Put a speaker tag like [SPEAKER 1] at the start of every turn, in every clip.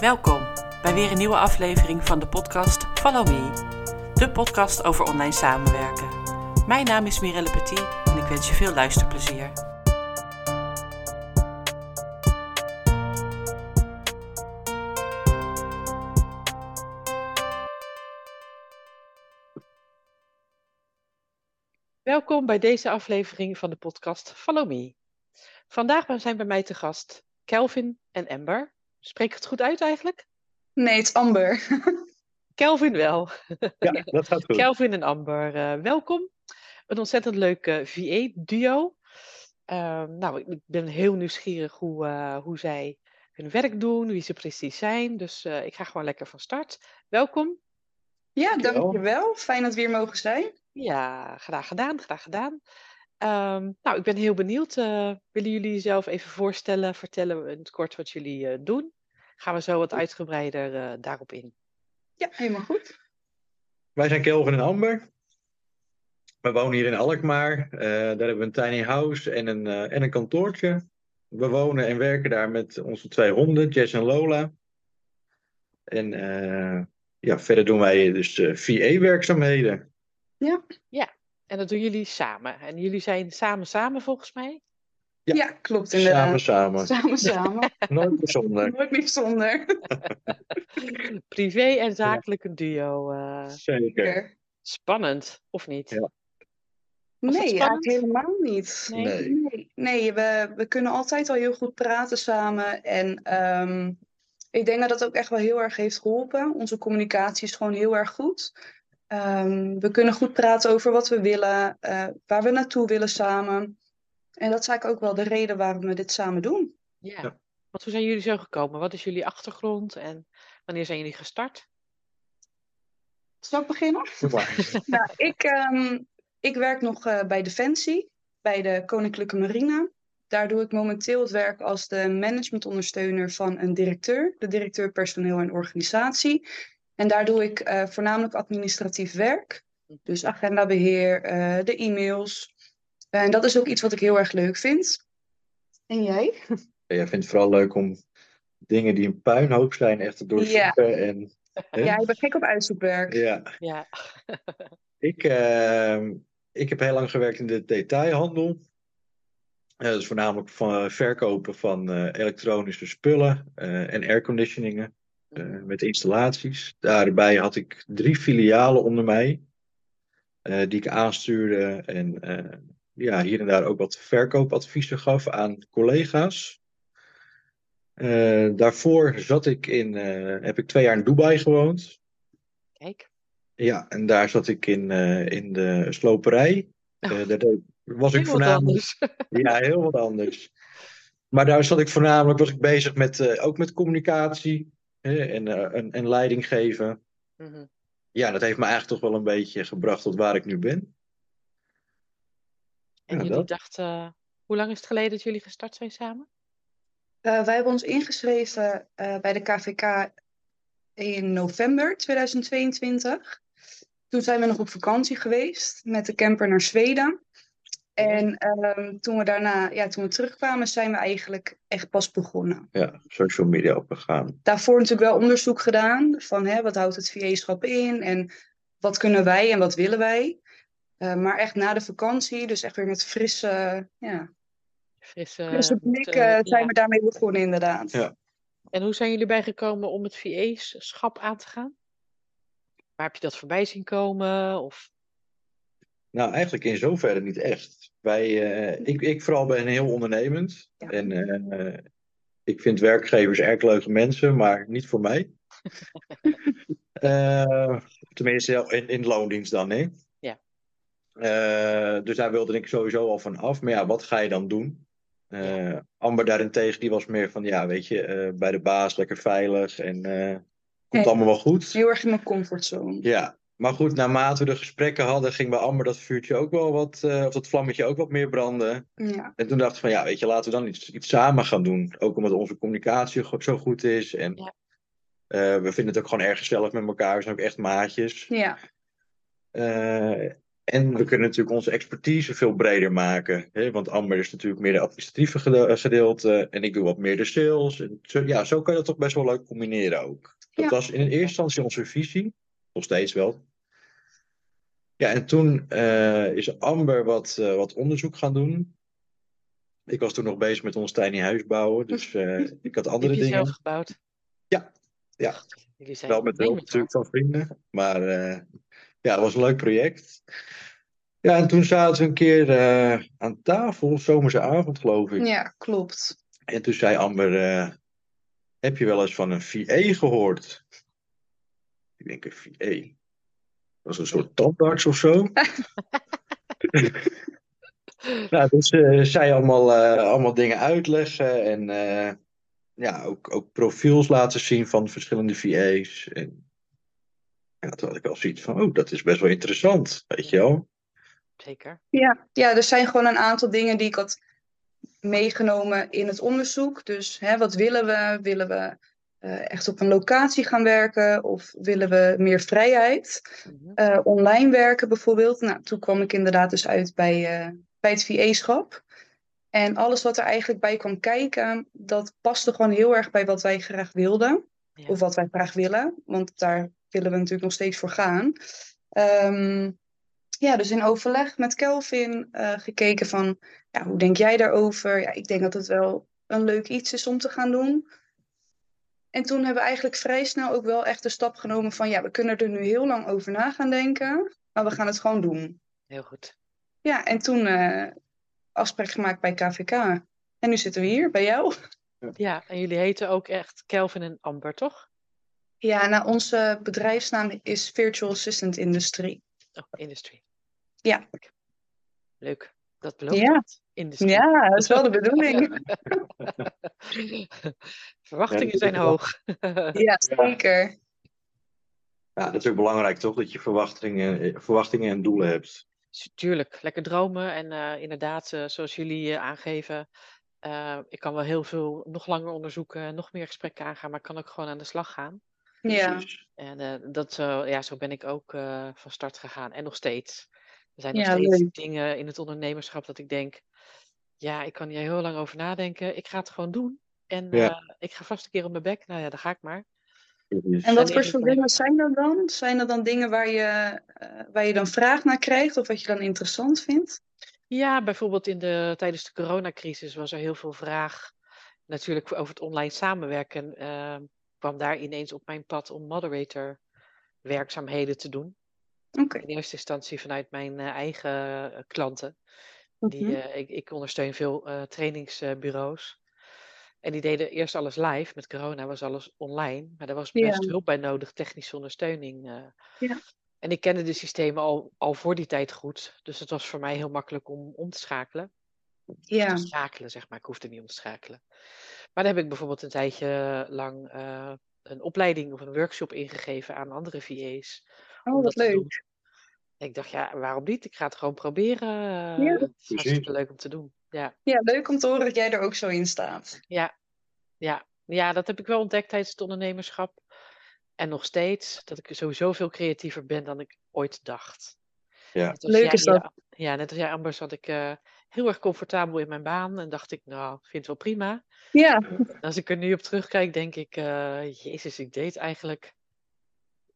[SPEAKER 1] Welkom bij weer een nieuwe aflevering van de podcast Follow Me. De podcast over online samenwerken. Mijn naam is Mirelle Petit en ik wens je veel luisterplezier. Welkom bij deze aflevering van de podcast Follow Me. Vandaag zijn bij mij te gast Kelvin en Amber. Spreek ik het goed uit eigenlijk?
[SPEAKER 2] Nee, het is Amber.
[SPEAKER 1] Kelvin wel.
[SPEAKER 3] Ja, dat gaat goed.
[SPEAKER 1] Kelvin en Amber, eh, welkom. Een ontzettend leuk eh, VA-duo. nou, ik- ik ben heel nieuwsgierig hoe, eh, hoe zij hun werk doen, wie ze precies zijn. Dus eh, ik ga gewoon lekker van start. Welkom.
[SPEAKER 2] Ja,
[SPEAKER 3] Dankjewel.
[SPEAKER 2] dankjewel. Fijn dat we hier mogen zijn.
[SPEAKER 1] Ja, graag gedaan, graag gedaan. Ehm, nou, ik ben heel benieuwd. eh, willen jullie jezelf even voorstellen, vertellen in het kort wat jullie eh, doen? Gaan we zo wat uitgebreider eh, daarop in?
[SPEAKER 2] Ja, helemaal goed.
[SPEAKER 3] Wij zijn Kelvin en Amber. We wonen hier in Alkmaar. Eh, daar hebben we een tiny house en een, eh, en een kantoortje. We wonen en werken daar met onze twee honden, Jess en Lola. En eh, ja, verder doen wij dus eh VA-werkzaamheden.
[SPEAKER 1] En dat doen jullie samen. En jullie zijn samen samen volgens mij.
[SPEAKER 3] Ja.
[SPEAKER 2] Ja, klopt
[SPEAKER 3] Samen,
[SPEAKER 2] inderdaad.
[SPEAKER 3] samen.
[SPEAKER 2] Samen, samen.
[SPEAKER 3] Nooit bijzonder.
[SPEAKER 2] Nooit meer zonder.
[SPEAKER 1] Privé en zakelijk een duo. eh,
[SPEAKER 3] Zeker.
[SPEAKER 1] spannend, of niet?
[SPEAKER 3] Ja.
[SPEAKER 1] Was dat
[SPEAKER 2] Nee,
[SPEAKER 1] spannend?
[SPEAKER 2] eigenlijk helemaal niet.
[SPEAKER 1] Nee.
[SPEAKER 3] Nee.
[SPEAKER 2] Nee, nee, we, we kunnen altijd al heel goed praten samen. En ehm, ik denk dat dat ook echt wel heel erg heeft geholpen. Onze communicatie is gewoon heel erg goed. Ehm, we kunnen goed praten over wat we willen, eh, waar we naartoe willen samen. En dat is eigenlijk ook wel de reden waarom we dit samen doen.
[SPEAKER 1] Ja.
[SPEAKER 3] Ja.
[SPEAKER 1] Want hoe zijn jullie zo gekomen? Wat is jullie achtergrond en wanneer zijn jullie gestart?
[SPEAKER 2] Zal ik beginnen?
[SPEAKER 3] Doe maar.
[SPEAKER 2] Nou, ik, ehm, ik werk nog eh, bij Defensie, bij de Koninklijke Marine. Daar doe ik momenteel het werk als de managementondersteuner van een directeur, de directeur personeel en organisatie. En daar doe ik eh, voornamelijk administratief werk, dus agendabeheer, eh, de e-mails. en dat is ook iets wat ik heel erg leuk vind. En jij?
[SPEAKER 3] Jij vindt het vooral leuk om dingen die een puinhoop zijn echt te doorzoeken. En, hè?
[SPEAKER 2] Ja, ik ben gek op uitzoekwerk.
[SPEAKER 3] ja.
[SPEAKER 1] Ja.
[SPEAKER 3] Ik, ehm, ik heb heel lang gewerkt in de detailhandel. Eh, dat is voornamelijk van eh, verkopen van eh, elektronische spullen eh, en airconditioningen eh, met installaties. Daarbij had ik drie filialen onder mij eh, die ik aanstuurde en eh, ja, hier en daar ook wat verkoopadviezen gaf aan collega's. Eh, daarvoor zat ik in, eh, heb ik twee jaar in Dubai gewoond.
[SPEAKER 1] Kijk.
[SPEAKER 3] Ja, en daar zat ik in, eh, in de sloperij. Eh, daar deed- was
[SPEAKER 1] Ah.
[SPEAKER 3] ik
[SPEAKER 1] Heel wat
[SPEAKER 3] voornamelijk.
[SPEAKER 1] anders.
[SPEAKER 3] Ja, heel wat anders. Maar daar zat ik voornamelijk, was ik bezig met, eh, ook met communicatie hè, en, eh, en, en leiding geven.
[SPEAKER 1] Mhm.
[SPEAKER 3] Ja, dat heeft me eigenlijk toch wel een beetje gebracht tot waar ik nu ben.
[SPEAKER 1] En
[SPEAKER 3] Ja,
[SPEAKER 1] jullie
[SPEAKER 3] dat.
[SPEAKER 1] dachten, eh, hoe lang is het geleden dat jullie gestart zijn samen?
[SPEAKER 2] Eh, wij hebben ons ingeschreven eh, bij de KVK in november 2022. Toen zijn we nog op vakantie geweest met de camper naar Zweden. En ehm, toen we daarna, ja, toen we terugkwamen, zijn we eigenlijk echt pas begonnen.
[SPEAKER 3] Ja, social media opgegaan.
[SPEAKER 2] Daarvoor natuurlijk wel onderzoek gedaan van hè, wat houdt het VA-schap in en wat kunnen wij en wat willen wij. Eh, maar echt na de vakantie, dus echt weer met frisse, ja,
[SPEAKER 1] Frisse,
[SPEAKER 2] frisse blik
[SPEAKER 1] eh,
[SPEAKER 2] eh, zijn
[SPEAKER 1] ja.
[SPEAKER 2] we daarmee begonnen inderdaad.
[SPEAKER 3] Ja.
[SPEAKER 1] En hoe zijn jullie bijgekomen om het VE-schap aan te gaan? Waar heb je dat voorbij zien komen? Of...
[SPEAKER 3] Nou, eigenlijk in zoverre niet echt. Wij, eh, ik, ik vooral ben heel ondernemend.
[SPEAKER 2] Ja.
[SPEAKER 3] En eh, ik vind werkgevers erg leuke mensen, maar niet voor mij. Eh, tenminste, in, in loondienst dan, hè?
[SPEAKER 1] Ja.
[SPEAKER 3] Eh, dus daar wilde ik sowieso al van af. Maar ja, wat ga je dan doen? Eh, Amber daarentegen, die was meer van, ja, weet je, eh, bij de baas lekker veilig en eh, komt
[SPEAKER 2] Ja.
[SPEAKER 3] allemaal wel goed.
[SPEAKER 2] Heel erg in mijn comfortzone.
[SPEAKER 3] Ja, maar goed, naarmate we de gesprekken hadden, ging bij Amber dat vuurtje ook wel wat, eh, of dat vlammetje ook wat meer branden.
[SPEAKER 2] Ja.
[SPEAKER 3] En toen dacht ik van, ja, weet je, laten we dan iets, iets samen gaan doen. Ook omdat onze communicatie go- zo goed is en
[SPEAKER 1] Ja.
[SPEAKER 3] eh, we vinden het ook gewoon erg gezellig met elkaar. We zijn ook echt maatjes.
[SPEAKER 2] Ja,
[SPEAKER 3] Eh, En we kunnen natuurlijk onze expertise veel breder maken. Hè? Want Amber is natuurlijk meer de administratieve gede- eh, gedeelte. En ik doe wat meer de sales. En zo, ja, zo kan je dat toch best wel leuk combineren ook. Dat
[SPEAKER 2] Ja.
[SPEAKER 3] was in eerste instantie onze visie. Nog steeds wel. Ja, en toen eh, is Amber wat, eh, wat onderzoek gaan doen. Ik was toen nog bezig met ons tiny huis bouwen. Dus eh, ik had
[SPEAKER 1] Heb
[SPEAKER 3] andere
[SPEAKER 1] je
[SPEAKER 3] dingen.
[SPEAKER 1] zelf gebouwd?
[SPEAKER 3] Ja, ja.
[SPEAKER 1] Ach, jullie zijn
[SPEAKER 3] Wel met
[SPEAKER 1] gemeen
[SPEAKER 3] hulp natuurlijk van vrienden. Maar eh, ja, het was een leuk project. Ja, en toen zaten we een keer eh, aan tafel, zomerse avond geloof ik.
[SPEAKER 2] Ja, klopt.
[SPEAKER 3] En toen zei Amber, eh, heb je wel eens van een VA gehoord? Ik denk een VA. Dat is een soort tandarts of zo. nou, dus eh, zij allemaal, eh, allemaal dingen uitleggen en eh, ja, ook, ook profiels laten zien van verschillende VA's. En ja, toen had ik al zoiets van, oh, dat is best wel interessant, weet je wel.
[SPEAKER 1] Zeker.
[SPEAKER 2] Ja, er zijn gewoon een aantal dingen die ik had meegenomen in het onderzoek. Dus hè, wat willen we? Willen we eh, echt op een locatie gaan werken? Of willen we meer vrijheid?
[SPEAKER 1] Mhm.
[SPEAKER 2] Eh, online werken bijvoorbeeld. Nou, toen kwam ik inderdaad dus uit bij, eh, bij het VE-schap. En alles wat er eigenlijk bij kwam kijken, dat paste gewoon heel erg bij wat wij graag wilden.
[SPEAKER 1] Ja.
[SPEAKER 2] Of wat wij graag willen, want daar willen we natuurlijk nog steeds voor gaan. Ehm, ja, dus in overleg met Kelvin eh, gekeken van, ja, hoe denk jij daarover? Ja, ik denk dat het wel een leuk iets is om te gaan doen. En toen hebben we eigenlijk vrij snel ook wel echt de stap genomen van, ja, we kunnen er nu heel lang over na gaan denken, maar we gaan het gewoon doen.
[SPEAKER 1] Heel goed.
[SPEAKER 2] Ja, en toen eh afspraak gemaakt bij KVK. En nu zitten we hier bij jou.
[SPEAKER 1] Ja, en jullie heten ook echt Kelvin en Amber, toch?
[SPEAKER 2] Ja, nou, onze bedrijfsnaam is Virtual Assistant Industrie.
[SPEAKER 1] Oh, Industry.
[SPEAKER 2] Ja.
[SPEAKER 1] Leuk. Dat belooft
[SPEAKER 2] Ja.
[SPEAKER 1] wat. Industry.
[SPEAKER 2] Ja, dat is wel de bedoeling.
[SPEAKER 1] Verwachtingen
[SPEAKER 3] Ja, dat
[SPEAKER 1] zijn
[SPEAKER 3] is wel-
[SPEAKER 1] hoog.
[SPEAKER 2] Ja, zeker.
[SPEAKER 3] Ja, dat is ook belangrijk toch, dat je verwachtingen, eh, verwachtingen en doelen hebt.
[SPEAKER 1] Dus Tuurlijk, lekker dromen. En eh, inderdaad, eh, zoals jullie eh, aangeven, eh, ik kan wel heel veel nog langer onderzoeken, nog meer gesprekken aangaan, maar ik kan ook gewoon aan de slag gaan.
[SPEAKER 2] Ja,
[SPEAKER 3] Precies.
[SPEAKER 1] En eh, dat, eh, ja, zo ben ik ook eh, van start gegaan en nog steeds. Er zijn nog
[SPEAKER 2] Ja,
[SPEAKER 1] steeds
[SPEAKER 2] leuk.
[SPEAKER 1] dingen in het ondernemerschap dat ik denk, ja, ik kan hier heel lang over nadenken. Ik ga het gewoon doen. En
[SPEAKER 3] Ja.
[SPEAKER 1] eh, ik ga vast een keer op mijn bek. Nou ja, daar ga ik maar.
[SPEAKER 3] Precies.
[SPEAKER 2] en wat
[SPEAKER 1] En
[SPEAKER 2] voor
[SPEAKER 1] ik-
[SPEAKER 2] soort dingen zijn dat dan? Zijn dat dan dingen waar je, eh, waar je dan vraag naar krijgt of wat je dan interessant vindt?
[SPEAKER 1] Ja, bijvoorbeeld in de, tijdens de coronacrisis was er heel veel vraag natuurlijk over het online samenwerken. eh, kwam daar ineens op mijn pad om moderator werkzaamheden te doen.
[SPEAKER 2] Oké.
[SPEAKER 1] In eerste instantie vanuit mijn eh, eigen eh, klanten. Die,
[SPEAKER 2] Mhm.
[SPEAKER 1] eh, ik, ik ondersteun veel eh, trainingsbureaus. En die deden eerst alles live. Met corona was alles online. Maar daar was
[SPEAKER 2] Ja.
[SPEAKER 1] best hulp bij nodig, technische ondersteuning. eh.
[SPEAKER 2] Ja.
[SPEAKER 1] En ik kende de systemen al, al voor die tijd goed. Dus het was voor mij heel makkelijk om om te schakelen
[SPEAKER 2] Ja,
[SPEAKER 1] te schakelen, zeg maar. Ik hoefde niet om te schakelen. Maar daar heb ik bijvoorbeeld een tijdje lang eh, een opleiding of een workshop ingegeven aan andere VA's. om
[SPEAKER 2] oh,
[SPEAKER 1] dat
[SPEAKER 2] wat
[SPEAKER 1] te doen.
[SPEAKER 2] leuk.
[SPEAKER 1] En ik dacht, ja, waarom niet? Ik ga het gewoon proberen. eh,
[SPEAKER 2] Ja.
[SPEAKER 1] het is hartstikke
[SPEAKER 3] Precies.
[SPEAKER 1] leuk om te doen. Ja,
[SPEAKER 2] Ja, leuk om te horen dat jij er ook zo in staat.
[SPEAKER 1] ja, ja. ja, dat heb ik wel ontdekt tijdens het ondernemerschap. En nog steeds, dat ik sowieso veel creatiever ben dan ik ooit dacht.
[SPEAKER 3] Ja.
[SPEAKER 1] Net als
[SPEAKER 2] Leuk
[SPEAKER 1] jij,
[SPEAKER 2] is dat.
[SPEAKER 1] eh, Ja, net als jij, Amber, zat ik eh, heel erg comfortabel in mijn baan. En dacht ik, nou, ik vind het wel prima.
[SPEAKER 2] Ja,
[SPEAKER 1] En Als ik er nu op terugkijk, denk ik, eh, Jezus, ik deed eigenlijk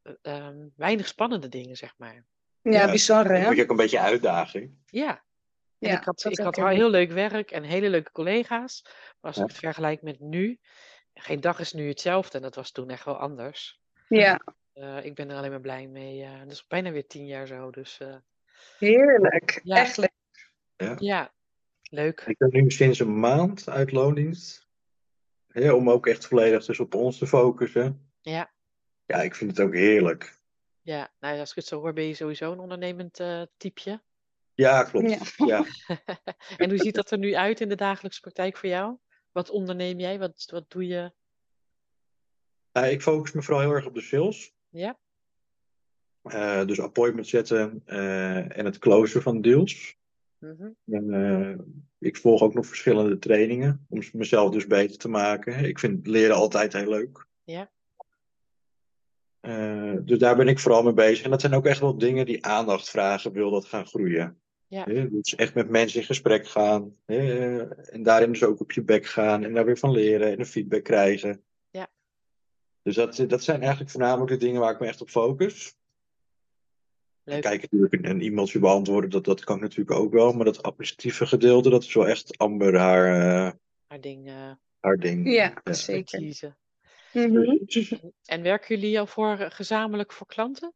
[SPEAKER 1] eh, ehm, weinig spannende dingen, zeg maar.
[SPEAKER 2] ja,
[SPEAKER 3] Ja,
[SPEAKER 2] bizar
[SPEAKER 3] Dan moet
[SPEAKER 2] hè?
[SPEAKER 3] je ook een beetje uitdaging.
[SPEAKER 1] Ja, en
[SPEAKER 2] Ja,
[SPEAKER 1] ik had,
[SPEAKER 2] dat
[SPEAKER 1] ik had
[SPEAKER 2] herken ik.
[SPEAKER 1] heel leuk werk en hele leuke collega's. Maar als
[SPEAKER 3] Ja.
[SPEAKER 1] ik het vergelijk met nu, geen dag is nu hetzelfde en dat was toen echt wel anders.
[SPEAKER 2] Ja,
[SPEAKER 1] Eh, ik ben er alleen maar blij mee. eh, dat is bijna weer tien jaar zo, dus eh,
[SPEAKER 2] heerlijk.
[SPEAKER 1] Ja.
[SPEAKER 2] Echt leuk.
[SPEAKER 1] ja, leuk.
[SPEAKER 3] Ik ben nu sinds een maand uit loondienst. Hè, om ook echt volledig dus op ons te focussen.
[SPEAKER 1] Ja.
[SPEAKER 3] Ja, ik vind het ook heerlijk.
[SPEAKER 1] Ja, nou, als ik het zo hoor, ben je sowieso een ondernemend eh typeje.
[SPEAKER 3] Ja, klopt. Ja.
[SPEAKER 1] en hoe ziet dat er nu uit in de dagelijkse praktijk voor jou? Wat onderneem jij? Wat, wat doe je?
[SPEAKER 3] Nou, ik focus me vooral heel erg op de sales.
[SPEAKER 1] Ja.
[SPEAKER 3] Eh, dus appointment zetten eh, en het closen van deals.
[SPEAKER 1] Mhm.
[SPEAKER 3] En, eh, ik volg ook nog verschillende trainingen om mezelf dus beter te maken. Ik vind leren altijd heel leuk.
[SPEAKER 1] Ja.
[SPEAKER 3] Eh, dus daar ben ik vooral mee bezig. En dat zijn ook echt wel dingen die aandacht vragen, wil dat gaan groeien.
[SPEAKER 1] Ja.
[SPEAKER 3] Hè, Dus echt met mensen in gesprek gaan. hè, eh, en daarin dus ook op je bek gaan en daar weer van leren en een feedback krijgen.
[SPEAKER 1] Ja.
[SPEAKER 3] Dus dat, eh, dat zijn eigenlijk voornamelijk de dingen waar ik me echt op focus. En
[SPEAKER 1] Leuk.
[SPEAKER 3] Kijken natuurlijk een e-mailtje beantwoorden, dat, dat kan ik natuurlijk ook wel. Maar dat administratieve gedeelte, dat is wel echt Amber haar, eh,
[SPEAKER 1] Maar dingen
[SPEAKER 3] haar ding.
[SPEAKER 2] Ja,
[SPEAKER 3] Ja.
[SPEAKER 2] zeker.
[SPEAKER 1] kiezen.
[SPEAKER 2] Mhm.
[SPEAKER 1] En werken jullie al voor, eh, gezamenlijk voor klanten?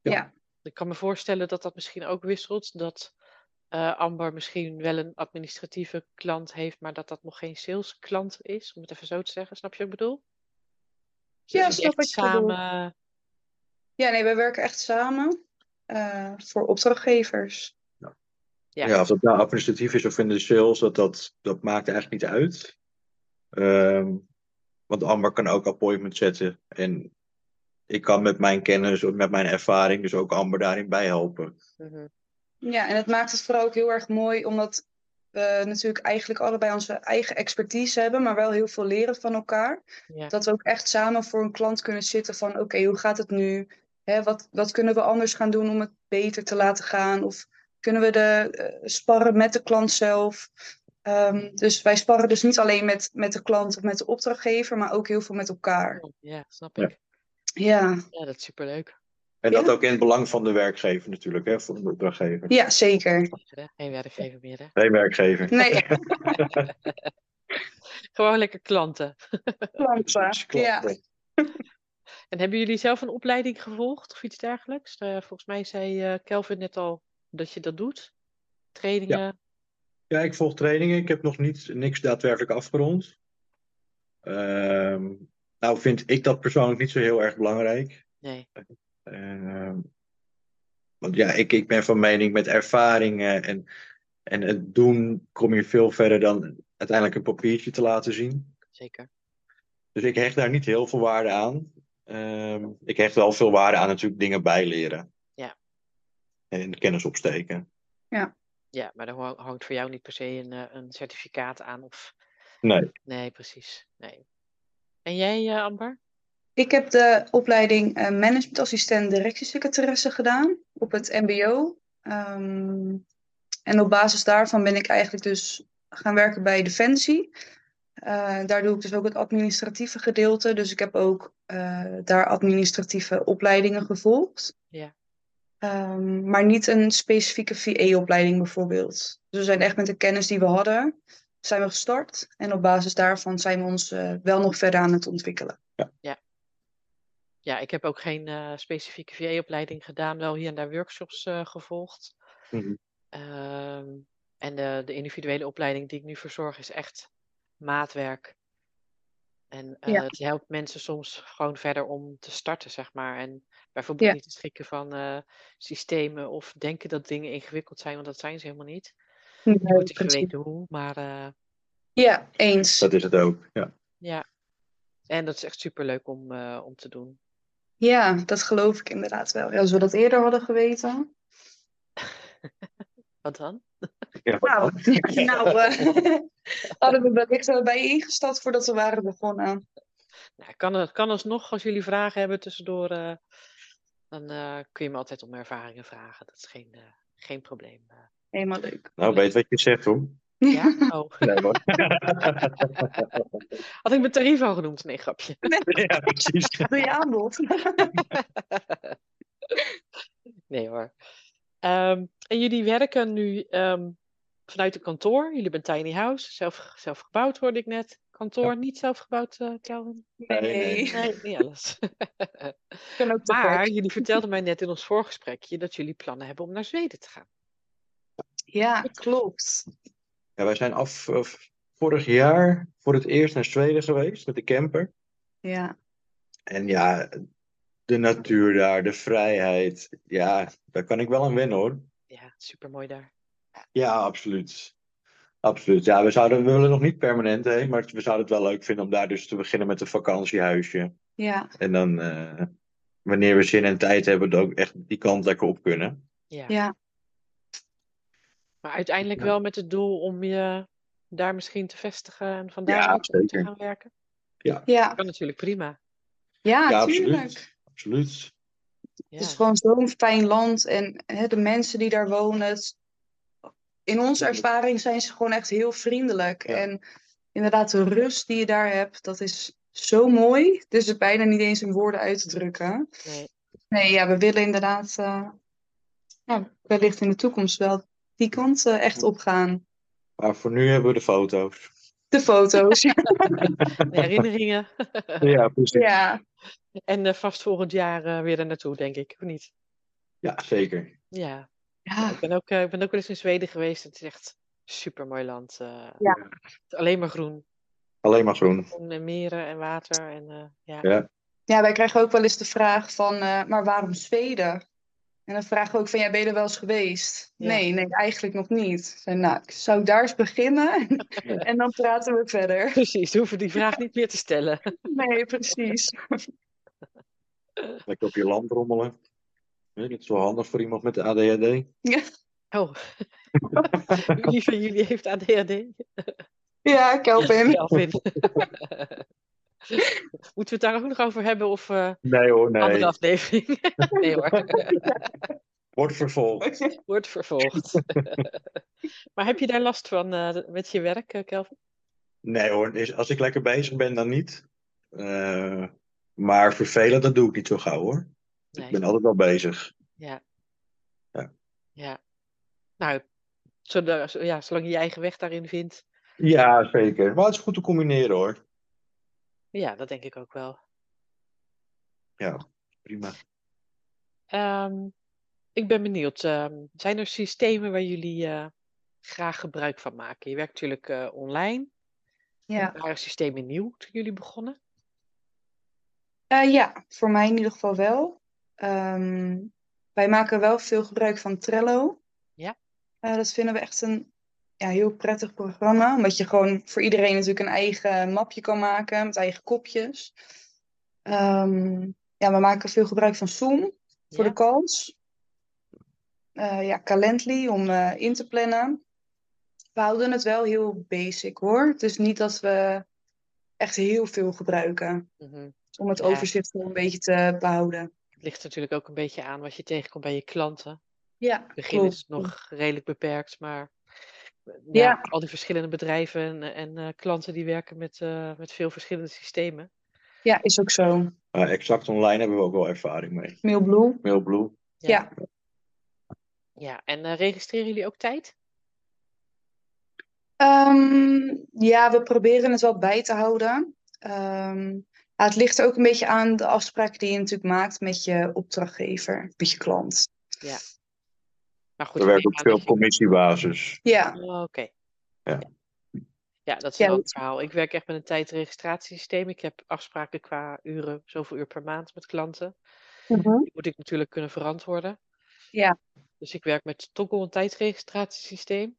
[SPEAKER 3] Ja.
[SPEAKER 2] Ja.
[SPEAKER 1] Ik kan me voorstellen dat dat misschien ook wisselt. Dat eh, Amber misschien wel een administratieve klant heeft, maar dat dat nog geen salesklant is. Om het even zo te zeggen. Snap je wat ik bedoel? Dus
[SPEAKER 2] Ja,
[SPEAKER 1] dat je
[SPEAKER 2] snap
[SPEAKER 1] echt
[SPEAKER 2] ik wat je bedoelt.
[SPEAKER 1] samen.
[SPEAKER 2] Ja, nee, wij werken echt samen eh, voor opdrachtgevers.
[SPEAKER 1] Ja.
[SPEAKER 3] Ja. of dat nou administratief is of in de sales, dat, dat, dat maakt eigenlijk niet uit. Ehm, want Amber kan ook appointment zetten. En ik kan met mijn kennis of met mijn ervaring dus ook Amber daarin bijhelpen.
[SPEAKER 1] Mhm.
[SPEAKER 2] Ja, en dat maakt het vooral ook heel erg mooi, omdat we natuurlijk eigenlijk allebei onze eigen expertise hebben, maar wel heel veel leren van elkaar.
[SPEAKER 1] Ja.
[SPEAKER 2] Dat we ook echt samen voor een klant kunnen zitten van, oké, hoe gaat het nu? Hè, wat, wat kunnen we anders gaan doen om het beter te laten gaan? Of kunnen we de, eh, sparren met de klant zelf? Ehm, dus wij sparren dus niet alleen met, met de klant of met de opdrachtgever, maar ook heel veel met elkaar.
[SPEAKER 1] ja, snap
[SPEAKER 3] Ja.
[SPEAKER 1] ik.
[SPEAKER 2] Ja,
[SPEAKER 1] Ja, dat is superleuk.
[SPEAKER 3] En dat
[SPEAKER 2] Ja.
[SPEAKER 3] ook in het belang van de werkgever natuurlijk, hè, voor de opdrachtgever.
[SPEAKER 2] ja zeker.
[SPEAKER 1] Geen werkgever meer, hè?
[SPEAKER 3] Nee, werkgever.
[SPEAKER 2] Nee,
[SPEAKER 1] Gewoon lekker klanten.
[SPEAKER 2] klanten.
[SPEAKER 3] Dus klopt,
[SPEAKER 2] Ja.
[SPEAKER 3] hè.
[SPEAKER 1] En hebben jullie zelf een opleiding gevolgd of iets dergelijks? Eh, volgens mij zei eh Kelvin net al dat je dat doet. Trainingen.
[SPEAKER 3] Ja, ik volg trainingen. Ik heb nog niet, niks daadwerkelijk afgerond. Ehm, nou vind ik dat persoonlijk niet zo heel erg belangrijk.
[SPEAKER 1] Nee.
[SPEAKER 3] En, ehm, want ja, ik, ik ben van mening met ervaringen en, en het doen kom je veel verder dan uiteindelijk een papiertje te laten zien.
[SPEAKER 1] Zeker.
[SPEAKER 3] Dus ik hecht daar niet heel veel waarde aan. Ehm, ik hecht wel veel waarde aan natuurlijk dingen bijleren.
[SPEAKER 1] Ja.
[SPEAKER 3] En kennis opsteken.
[SPEAKER 1] Ja, maar daar ho- hangt voor jou niet per se een, eh, een certificaat aan. Of...
[SPEAKER 3] Nee.
[SPEAKER 1] Nee, precies. Nee. En jij, eh, Amber?
[SPEAKER 2] Ik heb de opleiding eh, managementassistent directiesecretaresse gedaan op het MBO. Ehm, en op basis daarvan ben ik eigenlijk dus gaan werken bij Defensie. Eh, daar doe ik dus ook het administratieve gedeelte. Dus ik heb ook eh, daar administratieve opleidingen gevolgd.
[SPEAKER 1] Ja.
[SPEAKER 2] Ehm, maar niet een specifieke VE-opleiding bijvoorbeeld. Dus we zijn echt met de kennis die we hadden, zijn we gestart. En op basis daarvan zijn we ons eh, wel nog verder aan het ontwikkelen.
[SPEAKER 1] Ja, ik heb ook geen eh, specifieke VA-opleiding gedaan. Wel hier en daar workshops eh, gevolgd.
[SPEAKER 3] Mhm.
[SPEAKER 1] Ehm, en de, de individuele opleiding die ik nu verzorg is echt maatwerk. En eh,
[SPEAKER 2] Ja.
[SPEAKER 1] het helpt mensen soms gewoon verder om te starten, zeg maar. En bijvoorbeeld
[SPEAKER 2] Ja.
[SPEAKER 1] niet te schikken van eh, systemen of denken dat dingen ingewikkeld zijn, want dat zijn ze helemaal niet. Je moet even weten hoe, maar eh,
[SPEAKER 2] Ja, eens.
[SPEAKER 3] Dat is het ook. Ja.
[SPEAKER 1] ja. En dat is echt superleuk om, eh, om te doen.
[SPEAKER 2] Ja, dat geloof ik inderdaad wel. Ja, Als we dat eerder hadden geweten.
[SPEAKER 1] Wat dan?
[SPEAKER 3] Ja,
[SPEAKER 2] Nou, nou eh, hadden we wellicht wel bij ingestapt voordat we waren begonnen.
[SPEAKER 1] Nou, kan, er- kan alsnog, als jullie vragen hebben tussendoor, eh, dan eh, kun je me altijd om ervaringen vragen. Dat is geen, eh, geen probleem. eh.
[SPEAKER 2] Helemaal leuk.
[SPEAKER 3] nou weet wat je zegt hoor.
[SPEAKER 1] Ja? Oh.
[SPEAKER 3] Nee, hoor.
[SPEAKER 1] Had ik mijn tarief al genoemd? Nee, grapje.
[SPEAKER 3] ja, precies.
[SPEAKER 2] Doe je aanbod?
[SPEAKER 1] Nee hoor. Ehm, en jullie werken nu ehm, vanuit een kantoor. Jullie hebben een tiny house. Zelf, zelf gebouwd hoorde ik net. Kantoor niet zelf gebouwd, eh, Kelvin?
[SPEAKER 2] Nee,
[SPEAKER 3] nee.
[SPEAKER 1] Nee, niet alles.
[SPEAKER 2] Ik ben ook te
[SPEAKER 1] maar
[SPEAKER 2] gek.
[SPEAKER 1] jullie vertelden mij net in ons voorgesprekje dat jullie plannen hebben om naar Zweden te gaan.
[SPEAKER 2] Ja, klopt.
[SPEAKER 3] Ja, wij zijn af, af vorig jaar voor het eerst naar Zweden geweest met de camper.
[SPEAKER 2] Ja.
[SPEAKER 3] En ja, de natuur daar, de vrijheid. Ja, daar kan ik wel aan wennen hoor.
[SPEAKER 1] Ja, supermooi daar.
[SPEAKER 3] Ja, absoluut. Absoluut. Ja, we zouden, we willen nog niet permanent heen, maar we zouden het wel leuk vinden om daar dus te beginnen met een vakantiehuisje.
[SPEAKER 2] Ja,
[SPEAKER 3] En dan, eh, wanneer we zin en tijd hebben, dan ook echt die kant lekker op kunnen.
[SPEAKER 1] Ja.
[SPEAKER 2] ja.
[SPEAKER 1] Maar uiteindelijk
[SPEAKER 3] Ja.
[SPEAKER 1] wel met het doel om je daar misschien te vestigen en vandaar
[SPEAKER 3] Ja,
[SPEAKER 1] uit te
[SPEAKER 3] zeker.
[SPEAKER 1] gaan werken.
[SPEAKER 2] Ja,
[SPEAKER 1] Kan natuurlijk prima.
[SPEAKER 2] ja,
[SPEAKER 3] Ja, absoluut.
[SPEAKER 2] tuurlijk.
[SPEAKER 3] absoluut.
[SPEAKER 1] Ja.
[SPEAKER 2] Het is gewoon zo'n fijn land en hè, de mensen die daar wonen. het- in onze ervaring zijn ze gewoon echt heel vriendelijk.
[SPEAKER 3] Ja.
[SPEAKER 2] En inderdaad, de rust die je daar hebt, dat is zo mooi. Dus Het is er bijna niet eens in woorden uit te drukken.
[SPEAKER 1] Nee.
[SPEAKER 2] Nee, ja, we willen inderdaad eh, ja, wellicht in de toekomst wel die kant eh, echt opgaan.
[SPEAKER 3] Maar voor nu hebben we de foto's.
[SPEAKER 2] De foto's.
[SPEAKER 1] de herinneringen.
[SPEAKER 3] Ja, precies.
[SPEAKER 2] ja.
[SPEAKER 1] En eh, vast volgend jaar eh, weer daar naartoe, denk ik, of niet?
[SPEAKER 3] Ja, zeker.
[SPEAKER 1] Ja,
[SPEAKER 2] ja.
[SPEAKER 1] ik ben ook, eh, ik ben ook wel eens in Zweden geweest. Het is echt super mooi land. eh.
[SPEAKER 2] Ja.
[SPEAKER 1] Het is alleen maar groen.
[SPEAKER 3] Alleen maar groen.
[SPEAKER 1] Groen en meren en water. En, eh, ja.
[SPEAKER 3] Ja.
[SPEAKER 2] Ja, wij krijgen ook wel eens de vraag van, eh, maar waarom Zweden? En dan vragen we ook van, ja, ben je er wel eens geweest?
[SPEAKER 1] Ja.
[SPEAKER 2] Nee, nee, eigenlijk nog niet. En nou, ik zou daar eens beginnen en dan praten we verder.
[SPEAKER 1] Precies, we hoeven die vraag niet meer te stellen.
[SPEAKER 2] Nee, precies.
[SPEAKER 3] Lekker op je land rommelen. Nee, dat is wel handig voor iemand met ADHD.
[SPEAKER 1] Oh, wie van jullie heeft ADHD?
[SPEAKER 2] Ja, ik help hem.
[SPEAKER 1] Kelvin. Moeten we het daar ook nog over hebben of eh
[SPEAKER 3] Nee hoor,
[SPEAKER 1] andere aflevering? nee hoor,
[SPEAKER 3] Wordt vervolgd.
[SPEAKER 1] wordt vervolgd. maar heb je daar last van eh, met je werk, eh, Kelvin?
[SPEAKER 3] Nee hoor, is- als ik lekker bezig ben, dan niet. Eh, maar vervelen, dat doe ik niet zo gauw hoor.
[SPEAKER 1] Nee.
[SPEAKER 3] Ik ben altijd wel bezig.
[SPEAKER 1] Ja. Nou, zoda- zo- ja, zolang je je eigen weg daarin vindt.
[SPEAKER 3] Ja, zeker. Maar het is goed te combineren hoor.
[SPEAKER 1] Ja, dat denk ik ook wel.
[SPEAKER 3] Prima.
[SPEAKER 1] Ehm, ik ben benieuwd. ehm, zijn er systemen waar jullie eh, graag gebruik van maken? Je werkt natuurlijk eh, online.
[SPEAKER 2] Ja.
[SPEAKER 1] Waren systemen nieuw toen jullie begonnen?
[SPEAKER 2] Eh, ja, voor mij in ieder geval wel. Ehm, wij maken wel veel gebruik van Trello.
[SPEAKER 1] Ja.
[SPEAKER 2] Eh, dat vinden we echt een ja, heel prettig programma. Omdat je gewoon voor iedereen natuurlijk een eigen mapje kan maken met eigen kopjes. Ehm, ja, we maken veel gebruik van Zoom voor
[SPEAKER 1] Ja.
[SPEAKER 2] de calls. Eh, ja, Calendly om eh, in te plannen. We houden het wel heel basic hoor. Het is niet dat we echt heel veel gebruiken
[SPEAKER 1] Mhm.
[SPEAKER 2] om het
[SPEAKER 1] Ja.
[SPEAKER 2] overzicht wel een beetje te behouden.
[SPEAKER 1] Het ligt natuurlijk ook een beetje aan wat je tegenkomt bij je klanten.
[SPEAKER 2] Ja,
[SPEAKER 1] In het begin is het nog redelijk beperkt, maar eh, ja,
[SPEAKER 2] Ja.
[SPEAKER 1] al die verschillende bedrijven en, en eh, klanten die werken met, eh, met veel verschillende systemen.
[SPEAKER 2] Ja, is ook zo.
[SPEAKER 3] Maar exact online hebben we ook wel ervaring mee.
[SPEAKER 2] Mailblue.
[SPEAKER 3] Mailblue.
[SPEAKER 2] Ja.
[SPEAKER 1] Ja, en eh, registreren jullie ook tijd?
[SPEAKER 2] Ehm, ja, we proberen het wel bij te houden. Ehm, ja, het ligt er ook een beetje aan de afspraak die je natuurlijk maakt met je opdrachtgever, met je klant.
[SPEAKER 1] Maar goed,
[SPEAKER 3] We
[SPEAKER 1] ik
[SPEAKER 3] werken
[SPEAKER 1] neem
[SPEAKER 3] op
[SPEAKER 1] aan dat
[SPEAKER 3] veel commissiebasis.
[SPEAKER 2] Ja,
[SPEAKER 1] je- Oh, Oké.
[SPEAKER 3] Ja.
[SPEAKER 1] Ja, dat is
[SPEAKER 2] Ja,
[SPEAKER 1] een ander
[SPEAKER 2] dat-
[SPEAKER 1] verhaal. Ik werk echt met een tijdregistratiesysteem. Ik heb afspraken qua uren, zoveel uur per maand met klanten. Die moet ik natuurlijk kunnen verantwoorden.
[SPEAKER 2] Ja.
[SPEAKER 1] Dus ik werk met Toggle, een tijdregistratiesysteem.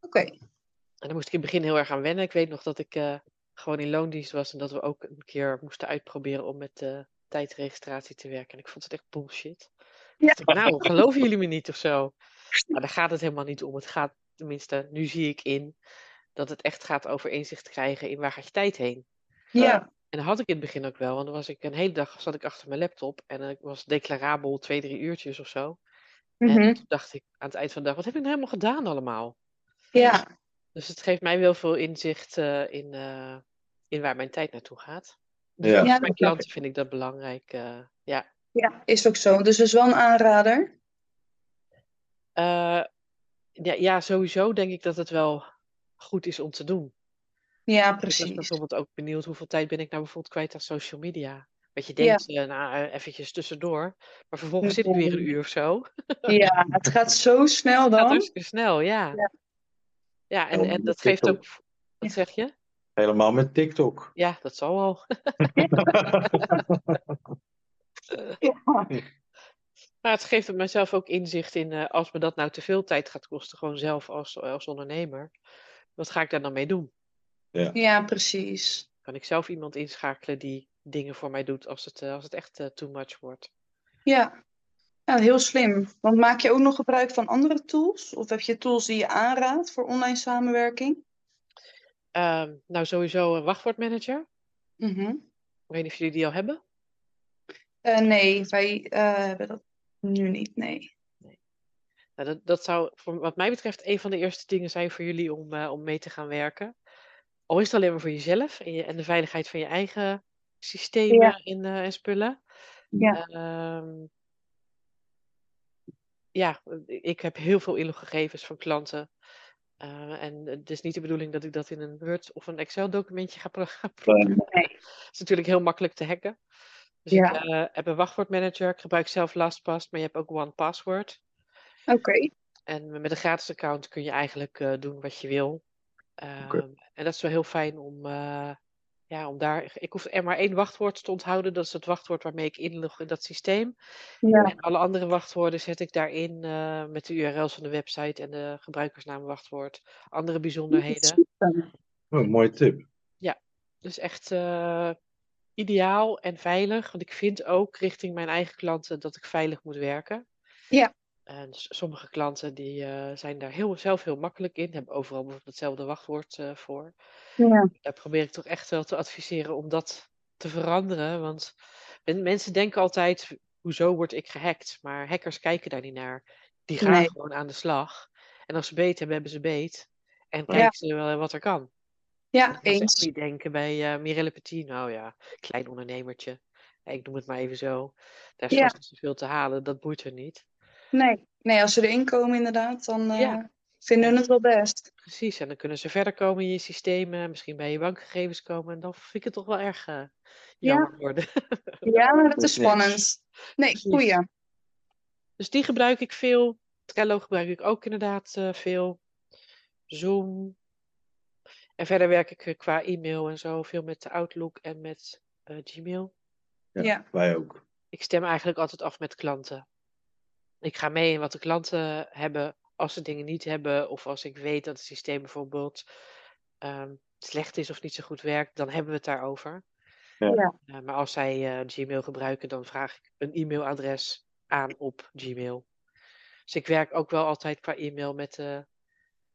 [SPEAKER 2] oké.
[SPEAKER 1] En daar moest ik in het begin heel erg aan wennen. Ik weet nog dat ik eh, gewoon in loondienst was en dat we ook een keer moesten uitproberen om met eh, tijdregistratie te werken. En ik vond het echt bullshit.
[SPEAKER 2] Ja.
[SPEAKER 1] Dacht ik, nou, geloven jullie me niet of zo? Maar daar gaat het helemaal niet om. Het gaat, tenminste, nu zie ik in dat het echt gaat over inzicht krijgen in waar gaat je tijd heen.
[SPEAKER 2] Ja,
[SPEAKER 1] En dat had ik in het begin ook wel, want dan was ik een hele dag zat ik achter mijn laptop en eh, ik was declarabel twee, drie uurtjes of zo. En
[SPEAKER 2] mhm.
[SPEAKER 1] toen dacht ik aan het eind van de dag, wat heb ik nou helemaal gedaan allemaal?
[SPEAKER 2] ja,
[SPEAKER 1] Dus het geeft mij wel veel inzicht eh, in, eh, in waar mijn tijd naartoe gaat. Dus
[SPEAKER 3] Ja.
[SPEAKER 2] Ja.
[SPEAKER 1] Voor mijn klanten vind ik dat belangrijk. eh, ja.
[SPEAKER 2] ja, is ook zo. Dus dat is wel een aanrader.
[SPEAKER 1] Eh, ja, ja, sowieso denk ik dat het wel goed is om te doen. Dus
[SPEAKER 2] Ja,
[SPEAKER 1] Ik was
[SPEAKER 2] precies.
[SPEAKER 1] bijvoorbeeld ook benieuwd hoeveel tijd ben ik nou bijvoorbeeld kwijt aan social media. Want je denkt, eh, nou, eh, eventjes tussendoor. Maar vervolgens zit ik weer een
[SPEAKER 2] Nee.
[SPEAKER 1] uur of zo.
[SPEAKER 2] Ja, het gaat zo snel
[SPEAKER 1] Dat gaat
[SPEAKER 2] dan.
[SPEAKER 1] hartstikke snel, ja. Ja,
[SPEAKER 2] Ja.
[SPEAKER 1] en,
[SPEAKER 3] Ja,
[SPEAKER 1] en
[SPEAKER 3] met
[SPEAKER 1] dat geeft
[SPEAKER 3] TikTok.
[SPEAKER 1] ook... Wat zeg je?
[SPEAKER 3] Helemaal met TikTok.
[SPEAKER 1] Ja, dat zal wel.
[SPEAKER 2] Ja.
[SPEAKER 1] Maar het geeft mezelf ook inzicht in, eh, als me dat nou te veel tijd gaat kosten, gewoon zelf als, eh, als ondernemer, wat ga ik daar dan mee doen?
[SPEAKER 2] Ja, precies.
[SPEAKER 1] Kan ik zelf iemand inschakelen die dingen voor mij doet als het, eh, als het echt eh, too much wordt?
[SPEAKER 2] Ja. ja, heel slim. Want maak je ook nog gebruik van andere tools? Of heb je tools die je aanraadt voor online samenwerking?
[SPEAKER 1] Ehm, nou, sowieso een wachtwoordmanager.
[SPEAKER 2] Mhm.
[SPEAKER 1] Ik weet niet of jullie die al hebben.
[SPEAKER 2] Eh, nee, wij eh, hebben dat nu niet, nee.
[SPEAKER 1] Nou, dat, dat zou voor, wat mij betreft een van de eerste dingen zijn voor jullie om, eh, om mee te gaan werken. Al is het alleen maar voor jezelf en, je, en de veiligheid van je eigen systemen en, eh, en spullen.
[SPEAKER 2] Ja.
[SPEAKER 1] Ehm, ja, ik heb heel veel inloggegevens van klanten. Eh, en het is niet de bedoeling dat ik dat in een Word of een Excel documentje ga pro- ga pro-
[SPEAKER 2] Nee.
[SPEAKER 1] is natuurlijk heel makkelijk te hacken. Dus
[SPEAKER 2] Ja.
[SPEAKER 1] ik eh, heb een wachtwoordmanager. Ik gebruik zelf LastPass, maar je hebt ook OnePassword.
[SPEAKER 2] Oké,
[SPEAKER 1] En met een gratis account kun je eigenlijk eh, doen wat je wil.
[SPEAKER 3] Oké.
[SPEAKER 1] Ehm, En dat is wel heel fijn om, eh, ja, om daar. Ik hoef er maar één wachtwoord te onthouden. Dat is het wachtwoord waarmee ik inlog in dat systeem.
[SPEAKER 2] ja.
[SPEAKER 1] En alle andere wachtwoorden zet ik daarin eh, met de URL's van de website en de gebruikersnaam wachtwoord. Andere bijzonderheden.
[SPEAKER 2] Super.
[SPEAKER 3] Oh, een mooie tip.
[SPEAKER 1] Dus echt eh, ideaal en veilig. Want ik vind ook richting mijn eigen klanten dat ik veilig moet werken.
[SPEAKER 2] Ja.
[SPEAKER 1] En s- sommige klanten die eh, zijn daar heel, zelf heel makkelijk in. Hebben overal bijvoorbeeld hetzelfde wachtwoord eh, voor.
[SPEAKER 2] Ja.
[SPEAKER 1] Daar probeer ik toch echt wel te adviseren om dat te veranderen. Want men- mensen denken altijd, hoezo word ik gehackt? Maar hackers kijken daar niet naar. Die gaan
[SPEAKER 2] Nee.
[SPEAKER 1] gewoon aan de slag. En als ze beet hebben, hebben ze beet. En
[SPEAKER 3] Ja.
[SPEAKER 1] kijken ze wel wat er kan.
[SPEAKER 2] ja,
[SPEAKER 1] Dat was echt
[SPEAKER 2] eens.
[SPEAKER 1] niet denken bij eh, Mirelle Petit. Nou ja, klein ondernemertje. Ja, Ik noem het maar even zo. Daar is
[SPEAKER 2] Ja.
[SPEAKER 1] vast niet zoveel te halen. Dat boeit er niet.
[SPEAKER 2] Nee. nee, als ze erin komen inderdaad, dan eh,
[SPEAKER 1] Ja.
[SPEAKER 2] vinden we het wel best.
[SPEAKER 1] Precies. En dan kunnen ze verder komen in je systemen. Misschien bij je bankgegevens komen. En dan vind ik het toch wel erg eh, jammer worden.
[SPEAKER 2] Ja, maar dat
[SPEAKER 3] Dat
[SPEAKER 2] is
[SPEAKER 3] is niks.
[SPEAKER 2] spannend. Nee,
[SPEAKER 1] Precies.
[SPEAKER 2] goeie.
[SPEAKER 1] Dus die gebruik ik veel. Trello gebruik ik ook inderdaad eh, veel. Zoom. En verder werk ik eh, qua e-mail en zo veel met Outlook en met eh, Gmail.
[SPEAKER 3] Ja.
[SPEAKER 2] Ja.
[SPEAKER 3] Wij ook.
[SPEAKER 1] ik stem eigenlijk altijd af met klanten. Ik ga mee in wat de klanten hebben. Als ze dingen niet hebben, of als ik weet dat het systeem bijvoorbeeld ehm, slecht is of niet zo goed werkt, dan hebben we het daarover.
[SPEAKER 3] Ja.
[SPEAKER 2] Ja.
[SPEAKER 1] Eh, maar als zij eh, Gmail gebruiken, dan vraag ik een e-mailadres aan op Gmail. Dus ik werk ook wel altijd qua e-mail met de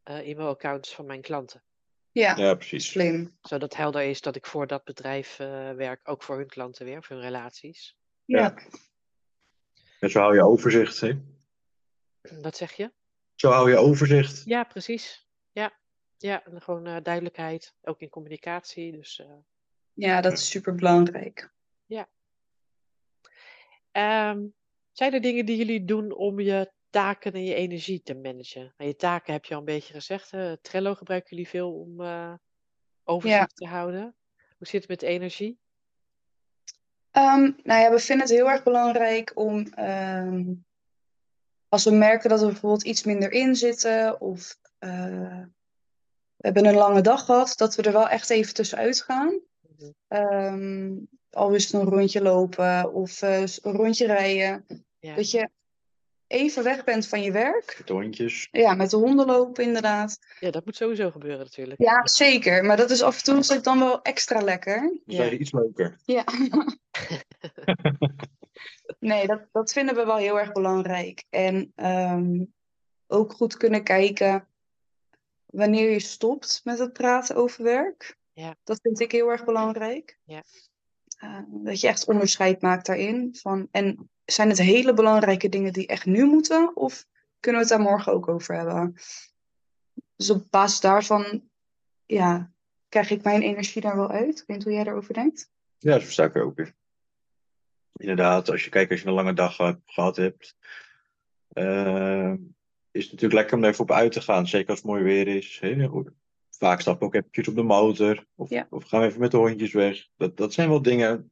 [SPEAKER 1] eh, e-mailaccounts van mijn klanten.
[SPEAKER 2] Ja,
[SPEAKER 3] Ja, precies.
[SPEAKER 2] slim.
[SPEAKER 1] Zodat helder is dat ik voor dat bedrijf eh, werk, ook voor hun klanten weer, voor hun relaties.
[SPEAKER 2] Ja.
[SPEAKER 3] Ja. En zo hou je overzicht. Hè?
[SPEAKER 1] Wat zeg je?
[SPEAKER 3] Zo hou je overzicht.
[SPEAKER 1] Ja, precies. Ja, ja en gewoon eh, duidelijkheid, ook in communicatie. Dus, eh,
[SPEAKER 2] Ja, dat is super belangrijk.
[SPEAKER 1] ehm, zijn er dingen die jullie doen om je taken en je energie te managen? Nou, je taken heb je al een beetje gezegd. Hè? Trello gebruiken jullie veel om eh, overzicht te houden. Hoe zit het met energie?
[SPEAKER 2] Ehm, nou ja, we vinden het heel erg belangrijk om ehm, als we merken dat er bijvoorbeeld iets minder in zitten of eh, we hebben een lange dag gehad, dat we er wel echt even tussenuit gaan.
[SPEAKER 1] Mhm.
[SPEAKER 2] Ehm al is het een rondje lopen of eh, een rondje rijden.
[SPEAKER 1] Ja.
[SPEAKER 2] Dat je even weg bent van je werk.
[SPEAKER 3] Toontjes.
[SPEAKER 2] Ja, met de honden lopen inderdaad.
[SPEAKER 1] ja, dat moet sowieso gebeuren natuurlijk.
[SPEAKER 2] Ja, zeker. Maar dat is af en toe is dat dan wel extra lekker.
[SPEAKER 3] Dat is
[SPEAKER 1] Ja.
[SPEAKER 3] eigenlijk iets leuker.
[SPEAKER 2] Ja. nee, dat, dat vinden we wel heel erg belangrijk. En ehm, ook goed kunnen kijken wanneer je stopt met het praten over werk.
[SPEAKER 1] Ja.
[SPEAKER 2] Dat vind ik heel erg belangrijk.
[SPEAKER 1] Ja.
[SPEAKER 2] Eh, dat je echt onderscheid maakt daarin. Van, en zijn het hele belangrijke dingen die echt nu moeten? Of kunnen we het daar morgen ook over hebben? Dus op basis daarvan ja, krijg ik mijn energie daar wel uit. Ik weet niet hoe jij daarover denkt.
[SPEAKER 3] Ja, zo sta ik er ook weer. Inderdaad, als je kijkt, als je een lange dag gehad- gehad hebt, eh, is het natuurlijk lekker om er even op uit te gaan. Zeker als het mooi weer is. hè. Vaak stap ik ook eventjes op de motor. Of,
[SPEAKER 2] Ja.
[SPEAKER 3] of gaan we even met de hondjes weg. Dat, dat zijn wel dingen,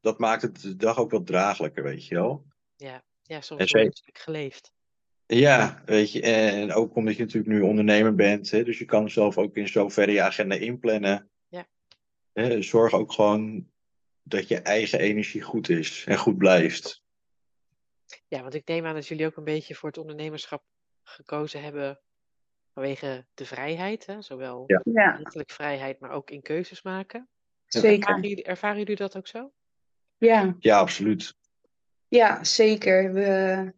[SPEAKER 3] dat maakt het de dag ook wat draaglijker, weet je wel.
[SPEAKER 1] Ja, soms
[SPEAKER 3] En
[SPEAKER 1] wordt
[SPEAKER 3] zij-
[SPEAKER 1] het natuurlijk geleefd.
[SPEAKER 3] Ja, weet je, en ook omdat je natuurlijk nu ondernemer bent, hè, dus je kan zelf ook in zoverre je agenda inplannen.
[SPEAKER 1] Ja.
[SPEAKER 3] Hè, zorg ook gewoon dat je eigen energie goed is en goed blijft.
[SPEAKER 1] Ja, want ik neem aan dat jullie ook een beetje voor het ondernemerschap gekozen hebben vanwege de vrijheid. Hè? Zowel
[SPEAKER 3] Ja.
[SPEAKER 2] Ja,
[SPEAKER 1] letterlijk vrijheid, maar ook in keuzes maken.
[SPEAKER 2] zeker.
[SPEAKER 1] Ervaren jullie, ervaren jullie dat ook zo?
[SPEAKER 2] Ja.
[SPEAKER 3] Ja, absoluut.
[SPEAKER 2] Ja, zeker. We,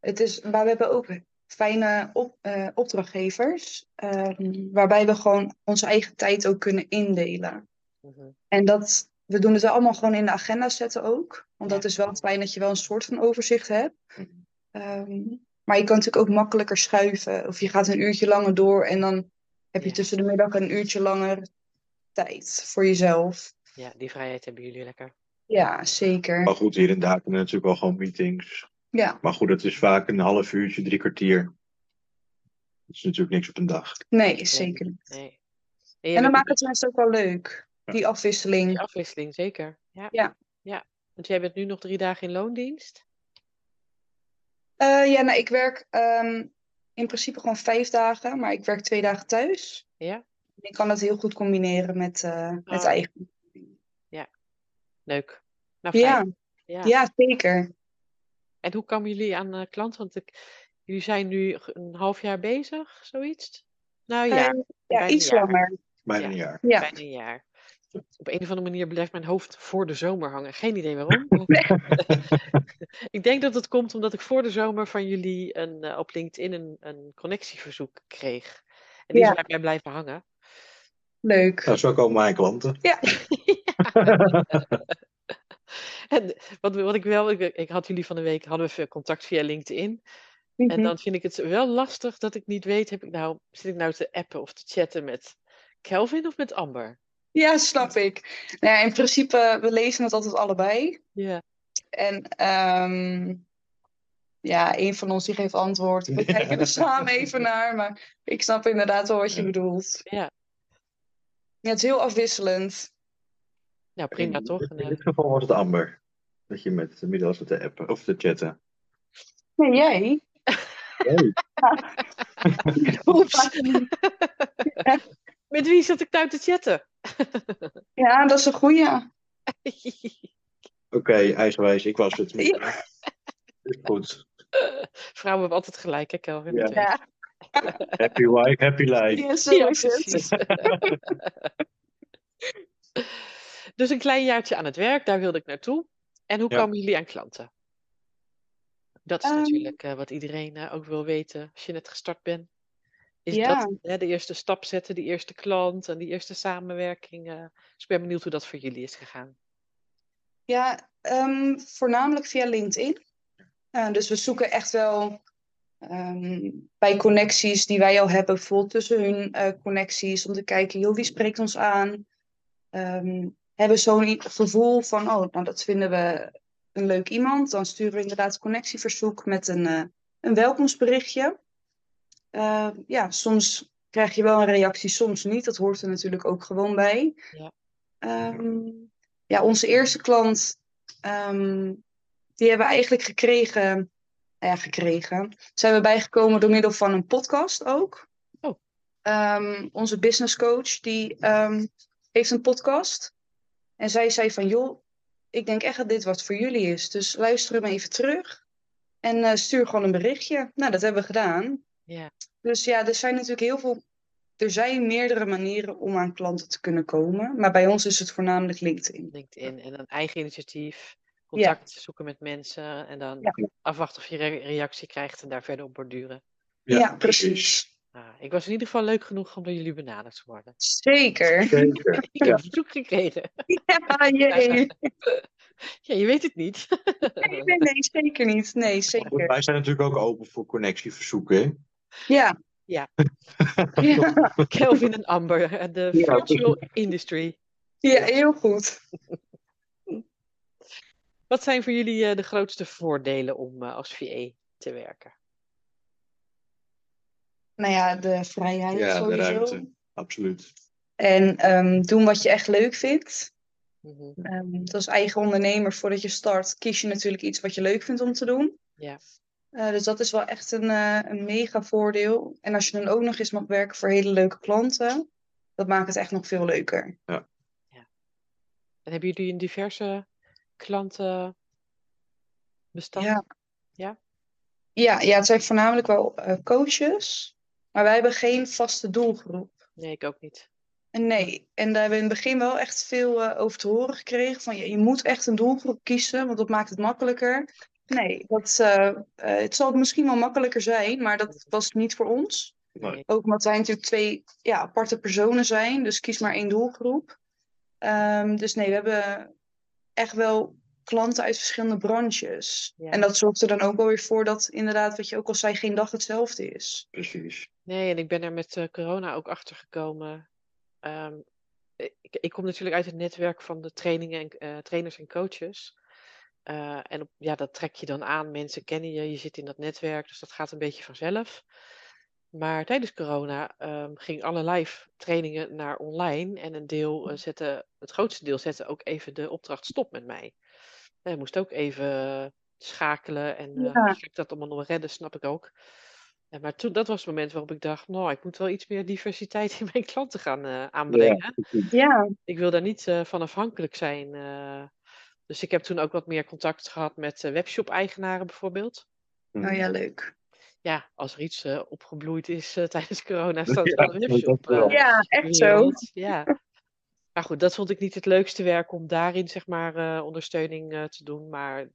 [SPEAKER 2] het is, maar we hebben ook fijne op, eh, opdrachtgevers,
[SPEAKER 1] Mhm.
[SPEAKER 2] ehm, waarbij we gewoon onze eigen tijd ook kunnen indelen. En dat we doen het wel allemaal gewoon in de agenda zetten ook. Want dat is wel fijn dat je wel een soort van overzicht hebt. Ehm, maar je kan natuurlijk ook makkelijker schuiven. Of je gaat een uurtje langer door en dan heb je
[SPEAKER 1] Ja.
[SPEAKER 2] tussen de middag een uurtje langer tijd voor jezelf.
[SPEAKER 1] Ja, die vrijheid hebben jullie lekker.
[SPEAKER 2] Ja, zeker.
[SPEAKER 3] Maar goed, hier en daar kunnen natuurlijk wel gewoon meetings.
[SPEAKER 2] Ja,
[SPEAKER 3] Maar goed, dat is vaak een half uurtje, drie kwartier. Dat is natuurlijk niks op een dag.
[SPEAKER 2] nee, zeker. niet.
[SPEAKER 1] Nee.
[SPEAKER 2] En dan maakt het mensen ook wel leuk, die
[SPEAKER 1] Die
[SPEAKER 2] afwisseling.
[SPEAKER 1] afwisseling, zeker. Ja.
[SPEAKER 2] Ja.
[SPEAKER 1] Ja. Want jij bent nu nog drie dagen in loondienst.
[SPEAKER 2] Eh, ja, nou, ik werk ehm, in principe gewoon vijf dagen, maar ik werk twee dagen thuis.
[SPEAKER 1] Ja.
[SPEAKER 2] En ik kan dat heel goed combineren met, eh met
[SPEAKER 1] Oh,
[SPEAKER 2] eigen.
[SPEAKER 1] Leuk. Nou, fijn.
[SPEAKER 2] Ja,
[SPEAKER 1] Ja.
[SPEAKER 2] ja, zeker.
[SPEAKER 1] En hoe kwamen jullie aan eh, klanten? Want ik, jullie zijn nu ge- een half jaar bezig, zoiets? Nou ja,
[SPEAKER 2] Eh,
[SPEAKER 1] bijna
[SPEAKER 2] ja, iets
[SPEAKER 1] een jaar.
[SPEAKER 2] langer.
[SPEAKER 3] Bijna
[SPEAKER 1] Ja.
[SPEAKER 3] een jaar.
[SPEAKER 2] Ja.
[SPEAKER 1] Bijna een jaar. Op een of andere manier blijft mijn hoofd voor de zomer hangen. Geen idee waarom. ik denk dat het komt omdat ik voor de zomer van jullie een, eh, op LinkedIn een, een connectieverzoek kreeg. En die
[SPEAKER 2] Ja.
[SPEAKER 1] is bij mij blijven hangen.
[SPEAKER 2] Leuk.
[SPEAKER 3] Nou, zo komen mijn klanten.
[SPEAKER 2] Ja.
[SPEAKER 1] En wat, wat ik wel, ik, ik had jullie van de week, hadden we veel contact via LinkedIn. En
[SPEAKER 2] Mhm.
[SPEAKER 1] dan vind ik het wel lastig dat ik niet weet, heb ik nou, zit ik nou te appen of te chatten met Kelvin of met Amber?
[SPEAKER 2] Ja, snap ik. Nou ja, in principe, we lezen het altijd allebei.
[SPEAKER 1] Ja.
[SPEAKER 2] En ehm, ja, een van ons die geeft antwoord. We kijken er samen even naar, maar ik snap inderdaad wel wat je
[SPEAKER 3] Ja.
[SPEAKER 2] bedoelt.
[SPEAKER 1] Ja.
[SPEAKER 2] Ja, het is heel afwisselend.
[SPEAKER 1] Nou, prima
[SPEAKER 3] In-
[SPEAKER 1] toch? En,
[SPEAKER 3] In
[SPEAKER 1] eh,
[SPEAKER 3] dit geval was het Amber. Dat je met middels te appen of te chatten.
[SPEAKER 2] Nee, jij?
[SPEAKER 3] Hey,
[SPEAKER 1] Oeps. met wie zat ik nou te chatten?
[SPEAKER 2] Ja, dat is een goeie.
[SPEAKER 3] Oké, ijswijs, ik was het. Is goed.
[SPEAKER 1] Vrouwen hebben altijd gelijk, hè, Kelvin?
[SPEAKER 3] Ja.
[SPEAKER 1] Dat weet je.
[SPEAKER 3] Happy wife, happy life.
[SPEAKER 2] Ja, zo
[SPEAKER 1] Ja,
[SPEAKER 2] is het.
[SPEAKER 1] precies. dus een klein jaartje aan het werk, daar wilde ik naartoe. En hoe
[SPEAKER 3] Ja.
[SPEAKER 1] kwamen jullie aan klanten? Dat is
[SPEAKER 2] Ehm.
[SPEAKER 1] natuurlijk eh, wat iedereen eh, ook wil weten als je net gestart bent. Is
[SPEAKER 2] Ja.
[SPEAKER 1] dat hè, de eerste stap zetten, die eerste klant en die eerste samenwerking? eh. Dus ik ben benieuwd hoe dat voor jullie is gegaan.
[SPEAKER 2] Ja, ehm, voornamelijk via LinkedIn. Eh, dus we zoeken echt wel ehm, bij connecties die wij al hebben, bijvoorbeeld tussen hun eh, connecties, om te kijken, joh, wie spreekt ons aan? Ehm, hebben zo'n i- gevoel van, oh, nou dat vinden we een leuk iemand. Dan sturen we inderdaad connectieverzoek met een, eh, een welkomstberichtje. Eh, ja, soms krijg je wel een reactie, soms niet. Dat hoort er natuurlijk ook gewoon bij.
[SPEAKER 1] Ja.
[SPEAKER 2] Ehm, ja, onze eerste klant, ehm, die hebben we eigenlijk gekregen, nou ja, gekregen, zijn we bijgekomen door middel van een podcast ook.
[SPEAKER 1] Oh.
[SPEAKER 2] Ehm, onze business coach, die ehm, heeft een podcast. En zij zei van, joh, ik denk echt dat dit wat voor jullie is. Dus luister hem even terug en eh, stuur gewoon een berichtje. Nou, dat hebben we gedaan.
[SPEAKER 1] Ja.
[SPEAKER 2] Dus ja, er zijn natuurlijk heel veel... Er zijn meerdere manieren om aan klanten te kunnen komen. Maar bij ons is het voornamelijk LinkedIn.
[SPEAKER 1] LinkedIn en dan eigen initiatief, contact zoeken met mensen en dan
[SPEAKER 2] Ja.
[SPEAKER 1] afwachten of je re- reactie krijgt en daar verder op borduren.
[SPEAKER 2] Ja, precies.
[SPEAKER 1] Ah, ik was in ieder geval leuk genoeg om door jullie benaderd te worden.
[SPEAKER 2] Zeker.
[SPEAKER 3] Zeker.
[SPEAKER 1] Ik heb
[SPEAKER 3] Ja.
[SPEAKER 1] een verzoek gekregen.
[SPEAKER 2] Ja, jee. Nee,
[SPEAKER 1] Ja, je weet het niet.
[SPEAKER 2] nee, nee, zeker niet. Nee,
[SPEAKER 3] Goed,
[SPEAKER 2] zeker.
[SPEAKER 3] wij zijn natuurlijk ook open voor connectieverzoeken. hè?
[SPEAKER 2] Ja.
[SPEAKER 1] Ja.
[SPEAKER 2] Ja,
[SPEAKER 1] Kelvin en Amber, eh, de
[SPEAKER 3] Ja,
[SPEAKER 1] virtual industry.
[SPEAKER 2] ja, heel goed.
[SPEAKER 1] Wat zijn voor jullie eh, de grootste voordelen om eh, als VE te werken?
[SPEAKER 2] Nou ja, de vrijheid
[SPEAKER 3] Ja, de
[SPEAKER 2] sowieso.
[SPEAKER 3] ruimte. Absoluut.
[SPEAKER 2] En ehm, doen wat je echt leuk vindt.
[SPEAKER 1] Mhm.
[SPEAKER 2] Ehm, dus als eigen ondernemer, voordat je start, kies je natuurlijk iets wat je leuk vindt om te doen.
[SPEAKER 1] Ja.
[SPEAKER 2] Eh, dus dat is wel echt een, eh, een mega voordeel. En als je dan ook nog eens mag werken voor hele leuke klanten, dat maakt het echt nog veel leuker.
[SPEAKER 1] En hebben jullie een diverse klantenbestand?
[SPEAKER 2] Ja.
[SPEAKER 1] Ja?
[SPEAKER 2] Ja, ja, het zijn voornamelijk wel eh, coaches, maar wij hebben geen vaste doelgroep.
[SPEAKER 1] Nee, ik ook niet.
[SPEAKER 2] En Nee, en daar hebben we in het begin wel echt veel eh, over te horen gekregen. Van je, je moet echt een doelgroep kiezen, want dat maakt het makkelijker. Nee, dat, eh, eh, het zal misschien wel makkelijker zijn, maar dat was niet voor ons.
[SPEAKER 3] Nee.
[SPEAKER 1] Nee.
[SPEAKER 2] Ook omdat wij natuurlijk twee ja, aparte personen zijn, dus kies maar één doelgroep. Ehm, dus nee, we hebben echt wel klanten uit verschillende branches.
[SPEAKER 1] Ja.
[SPEAKER 2] En dat zorgt er dan ook wel weer voor dat inderdaad, wat je ook al zei, geen dag hetzelfde is.
[SPEAKER 3] Precies.
[SPEAKER 1] Nee, en ik ben er met eh, corona ook achter gekomen. Ehm, ik, ik kom natuurlijk uit het netwerk van de trainingen en, eh, trainers en coaches. Eh, en op- ja, dat trek je dan aan. Mensen kennen je, je zit in dat netwerk, dus dat gaat een beetje vanzelf. Maar tijdens corona ehm ging alle live trainingen naar online. En een deel eh, zette, het grootste deel zette ook even de opdracht stop met mij. Hij moest ook even eh, schakelen en eh,
[SPEAKER 2] Ja.
[SPEAKER 1] ga ik dat allemaal nog redden, snap ik ook. Ja, maar toen, dat was het moment waarop ik dacht, nou, ik moet wel iets meer diversiteit in mijn klanten gaan eh, aanbrengen
[SPEAKER 2] Ja,
[SPEAKER 1] ik wil daar niet eh, van afhankelijk zijn. eh. dus ik heb toen ook wat meer contact gehad met eh, webshop-eigenaren bijvoorbeeld.
[SPEAKER 2] nou ja, leuk.
[SPEAKER 1] Ja, als er iets eh, opgebloeid is eh, tijdens corona, is dat
[SPEAKER 3] Ja,
[SPEAKER 1] wel de
[SPEAKER 3] dat
[SPEAKER 1] webshop.
[SPEAKER 3] wel.
[SPEAKER 1] eh,
[SPEAKER 2] Ja, echt zo.
[SPEAKER 1] wereld. Ja. Maar goed, dat vond ik niet het leukste werk om daarin zeg maar eh, ondersteuning eh, te doen. Maar,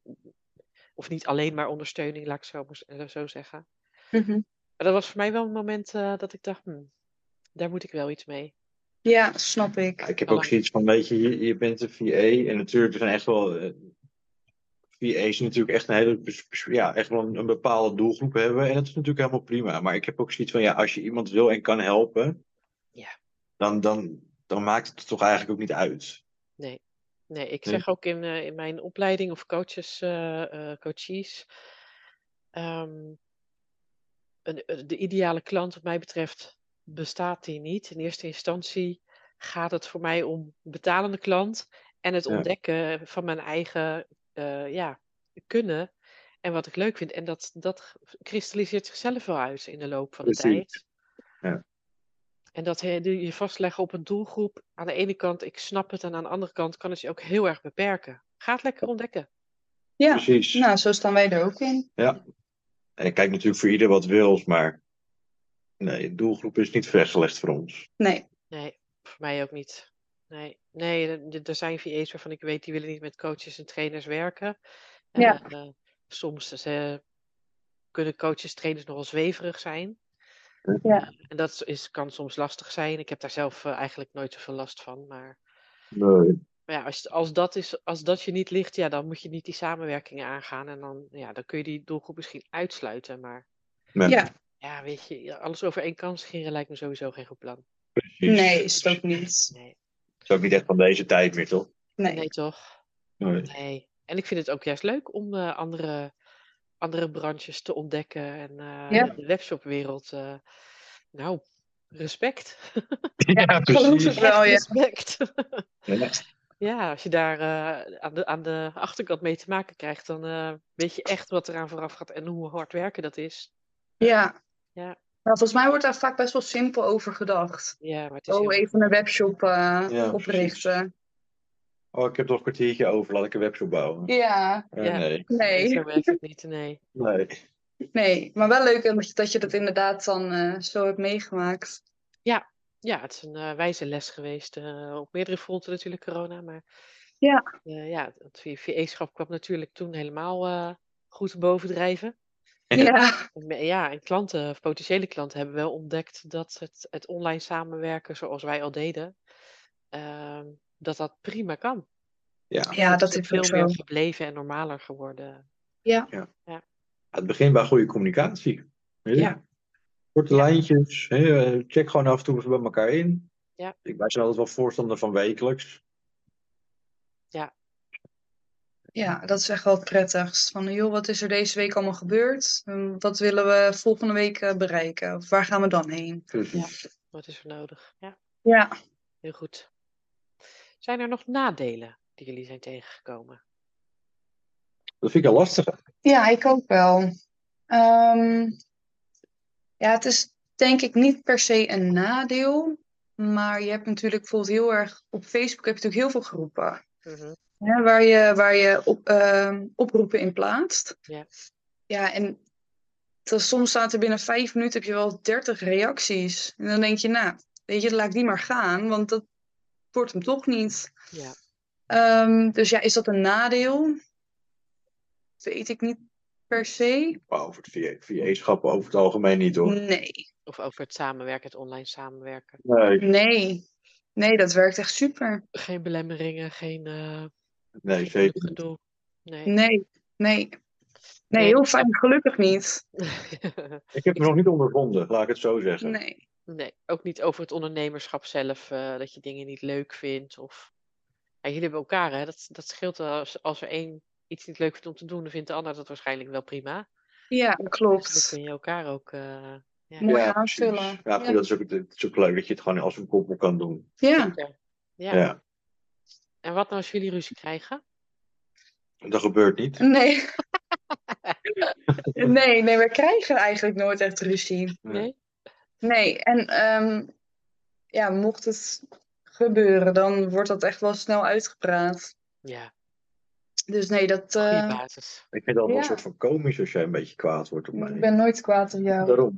[SPEAKER 1] of niet alleen maar ondersteuning, laat ik het zo, mo- eh, zo zeggen.
[SPEAKER 2] Mhm.
[SPEAKER 1] Maar dat was voor mij wel een moment eh, dat ik dacht, "Hmm, daar moet ik wel iets mee.
[SPEAKER 2] Ja, snap ik.
[SPEAKER 3] Ja, ik heb ook zoiets van, weet je, je, je bent een VA en natuurlijk er zijn echt wel... eh, VA's natuurlijk echt een hele, bes- bes- ja, echt wel een, een bepaalde doelgroep hebben. En dat is natuurlijk helemaal prima. Maar ik heb ook zoiets van, ja, als je iemand wil en kan helpen,
[SPEAKER 1] Ja.
[SPEAKER 3] dan, dan, dan maakt het toch eigenlijk ook niet uit.
[SPEAKER 1] Nee, ik
[SPEAKER 3] Nee.
[SPEAKER 1] zeg ook in, eh, in mijn opleiding of coaches, eh, eh, coaches. ehm, een- eh, de ideale klant, wat mij betreft, bestaat die niet. In eerste instantie gaat het voor mij om een betalende klant en het
[SPEAKER 3] Ja.
[SPEAKER 1] ontdekken van mijn eigen eh, ja, kunnen en wat ik leuk vind. En dat, dat kristalliseert zichzelf wel uit in de loop van de
[SPEAKER 3] Precies.
[SPEAKER 1] tijd.
[SPEAKER 3] Ja.
[SPEAKER 1] En dat he- doe je vastleggen op een doelgroep. Aan de ene kant, ik snap het. En aan de andere kant kan het je ook heel erg beperken. Ga het lekker ontdekken.
[SPEAKER 2] Ja,
[SPEAKER 3] Precies.
[SPEAKER 2] nou, zo staan wij er ook in.
[SPEAKER 3] En ik kijk natuurlijk voor ieder wat wil, maar nee, de doelgroep is niet vastgelegd voor ons.
[SPEAKER 2] Nee,
[SPEAKER 1] Nee, voor mij ook niet. Nee, nee er- er- er zijn VA's waarvan ik weet, die willen niet met coaches en trainers werken. En,
[SPEAKER 2] Ja.
[SPEAKER 1] eh, soms ze- kunnen coaches, trainers nogal zweverig zijn. Eh,
[SPEAKER 2] Ja.
[SPEAKER 1] En dat is, kan soms lastig zijn. Ik heb daar zelf eh, eigenlijk nooit zoveel last van. Maar,
[SPEAKER 3] Nee.
[SPEAKER 1] maar ja, als, als, dat is, als dat je niet ligt, ja, dan moet je niet die samenwerkingen aangaan. En dan, ja, dan kun je die doelgroep misschien uitsluiten. Maar
[SPEAKER 3] Nee,
[SPEAKER 2] Ja.
[SPEAKER 1] ja, weet je, alles over één kam scheren lijkt me sowieso geen goed plan.
[SPEAKER 3] precies.
[SPEAKER 2] nee, is het ook niet.
[SPEAKER 1] Nee,
[SPEAKER 3] Dus is ook niet echt van deze tijd meer, toch?
[SPEAKER 1] nee
[SPEAKER 2] Nee,
[SPEAKER 1] toch?
[SPEAKER 3] Nee.
[SPEAKER 1] Nee. En ik vind het ook juist leuk om eh, andere, andere branches te ontdekken. En eh,
[SPEAKER 2] Ja.
[SPEAKER 1] de webshopwereld. eh, nou, respect.
[SPEAKER 3] Ja,
[SPEAKER 2] geloof het wel. ja.
[SPEAKER 1] respect.
[SPEAKER 3] Ja.
[SPEAKER 1] ja, als je daar eh, aan, de, aan de achterkant mee te maken krijgt, dan eh, weet je echt wat eraan vooraf gaat en hoe hard werken dat is.
[SPEAKER 2] Ja.
[SPEAKER 1] Ja.
[SPEAKER 2] Nou, volgens mij wordt daar vaak best wel simpel over gedacht.
[SPEAKER 1] Ja, maar het is heel-
[SPEAKER 2] Oh, even een webshop eh,
[SPEAKER 3] precies.
[SPEAKER 2] oprichten.
[SPEAKER 3] Oh, ik heb nog een kwartiertje over, laat ik een webshop bouwen.
[SPEAKER 2] Ja,
[SPEAKER 3] Eh,
[SPEAKER 1] Ja.
[SPEAKER 3] Nee.
[SPEAKER 1] nee,
[SPEAKER 2] nee.
[SPEAKER 1] zo werkt het niet. Nee.
[SPEAKER 3] Nee.
[SPEAKER 2] Nee, maar wel leuk dat je- dat je dat inderdaad dan eh, zo hebt meegemaakt.
[SPEAKER 1] Ja, het is een eh, wijze les geweest. eh, op meerdere fronten natuurlijk corona. Maar
[SPEAKER 2] Ja.
[SPEAKER 1] eh, ja, het VE-schap kwam natuurlijk toen helemaal eh, goed bovendrijven.
[SPEAKER 3] Ja.
[SPEAKER 2] Ja,
[SPEAKER 1] En me- Ja, en klanten, of potentiële klanten, hebben wel ontdekt dat het, het online samenwerken zoals wij al deden, ehm, dat dat prima kan.
[SPEAKER 3] Ja.
[SPEAKER 2] ja
[SPEAKER 1] Het
[SPEAKER 2] dat is
[SPEAKER 1] veel
[SPEAKER 2] ook zo.
[SPEAKER 1] meer gebleven en normaler geworden.
[SPEAKER 3] Het begint bij goede communicatie. Weet je?
[SPEAKER 1] Ja.
[SPEAKER 3] Korte lijntjes. Hè? eh, Check gewoon af en toe eens bij elkaar in.
[SPEAKER 1] Ja.
[SPEAKER 3] Ik, wij zijn altijd wel voorstander van wekelijks.
[SPEAKER 2] Ja, dat is echt wel het prettigst. Van, joh, wat is er deze week allemaal gebeurd? Hm, Wat willen we volgende week eh, bereiken? Of waar gaan we dan heen?
[SPEAKER 3] Precies.
[SPEAKER 1] Wat is er nodig? Ja,
[SPEAKER 2] Ja.
[SPEAKER 1] heel goed. Zijn er nog nadelen die jullie zijn tegengekomen?
[SPEAKER 3] Dat vind ik al lastig.
[SPEAKER 2] Ja, ik ook wel. Ehm, ja, het is denk ik niet per se een nadeel. Maar je hebt natuurlijk bijvoorbeeld heel erg... Op Facebook heb je natuurlijk heel veel groepen.
[SPEAKER 1] Mhm.
[SPEAKER 2] Hè, waar je, waar je op, ehm, oproepen in plaatst.
[SPEAKER 1] Ja.
[SPEAKER 2] Ja, en dat, soms staat er binnen vijf minuten heb je wel dertig reacties. En dan denk je, nou, weet je, laat ik die maar gaan, want dat wordt hem toch niet.
[SPEAKER 1] Ja.
[SPEAKER 2] Ehm, dus ja, is dat een nadeel? Dat weet ik niet per se.
[SPEAKER 3] Maar over het VA-schap over het algemeen niet hoor.
[SPEAKER 2] Nee,
[SPEAKER 1] Of over het samenwerken, het online samenwerken.
[SPEAKER 3] Nee.
[SPEAKER 2] nee. Nee, dat werkt echt super.
[SPEAKER 1] Geen belemmeringen, geen eh,
[SPEAKER 3] Nee,
[SPEAKER 1] geen
[SPEAKER 3] zeker niet.
[SPEAKER 1] gedoe. Nee.
[SPEAKER 2] Nee, nee. Nee,
[SPEAKER 1] Nee.
[SPEAKER 2] heel fijn. Gelukkig niet.
[SPEAKER 3] Ik heb me nog niet ondervonden, laat ik het zo zeggen.
[SPEAKER 2] Nee.
[SPEAKER 1] nee, ook niet over het ondernemerschap zelf, eh, dat je dingen niet leuk vindt. Of... Ja, jullie hebben elkaar, hè? Dat, dat scheelt wel. Als, als er één iets niet leuk vindt om te doen, dan vindt de ander dat waarschijnlijk wel prima.
[SPEAKER 2] Ja,
[SPEAKER 1] Dus dan
[SPEAKER 2] klopt.
[SPEAKER 1] kun je elkaar ook... eh, ja.
[SPEAKER 2] Mooi
[SPEAKER 3] ja, precies.
[SPEAKER 2] aanvullen.
[SPEAKER 3] Ja, goed,
[SPEAKER 2] Ja.
[SPEAKER 3] Dat is ook, het is ook leuk dat je het gewoon als een koppel kan doen.
[SPEAKER 2] Ja.
[SPEAKER 1] zeker.
[SPEAKER 3] Ja.
[SPEAKER 1] Ja. En wat nou als jullie ruzie krijgen?
[SPEAKER 3] Dat gebeurt niet.
[SPEAKER 2] Nee. nee, nee, we krijgen eigenlijk nooit echt ruzie.
[SPEAKER 3] Nee.
[SPEAKER 1] Nee?
[SPEAKER 2] Nee, en ehm, ja, mocht het gebeuren, dan wordt dat echt wel snel uitgepraat.
[SPEAKER 1] Ja,
[SPEAKER 2] Dus nee, dat.
[SPEAKER 1] goede
[SPEAKER 2] eh,
[SPEAKER 1] basis.
[SPEAKER 3] Ik vind het allemaal
[SPEAKER 2] Ja.
[SPEAKER 3] een soort van komisch als jij een beetje kwaad wordt op mij.
[SPEAKER 2] ik ben nooit kwaad op jou.
[SPEAKER 3] Daarom.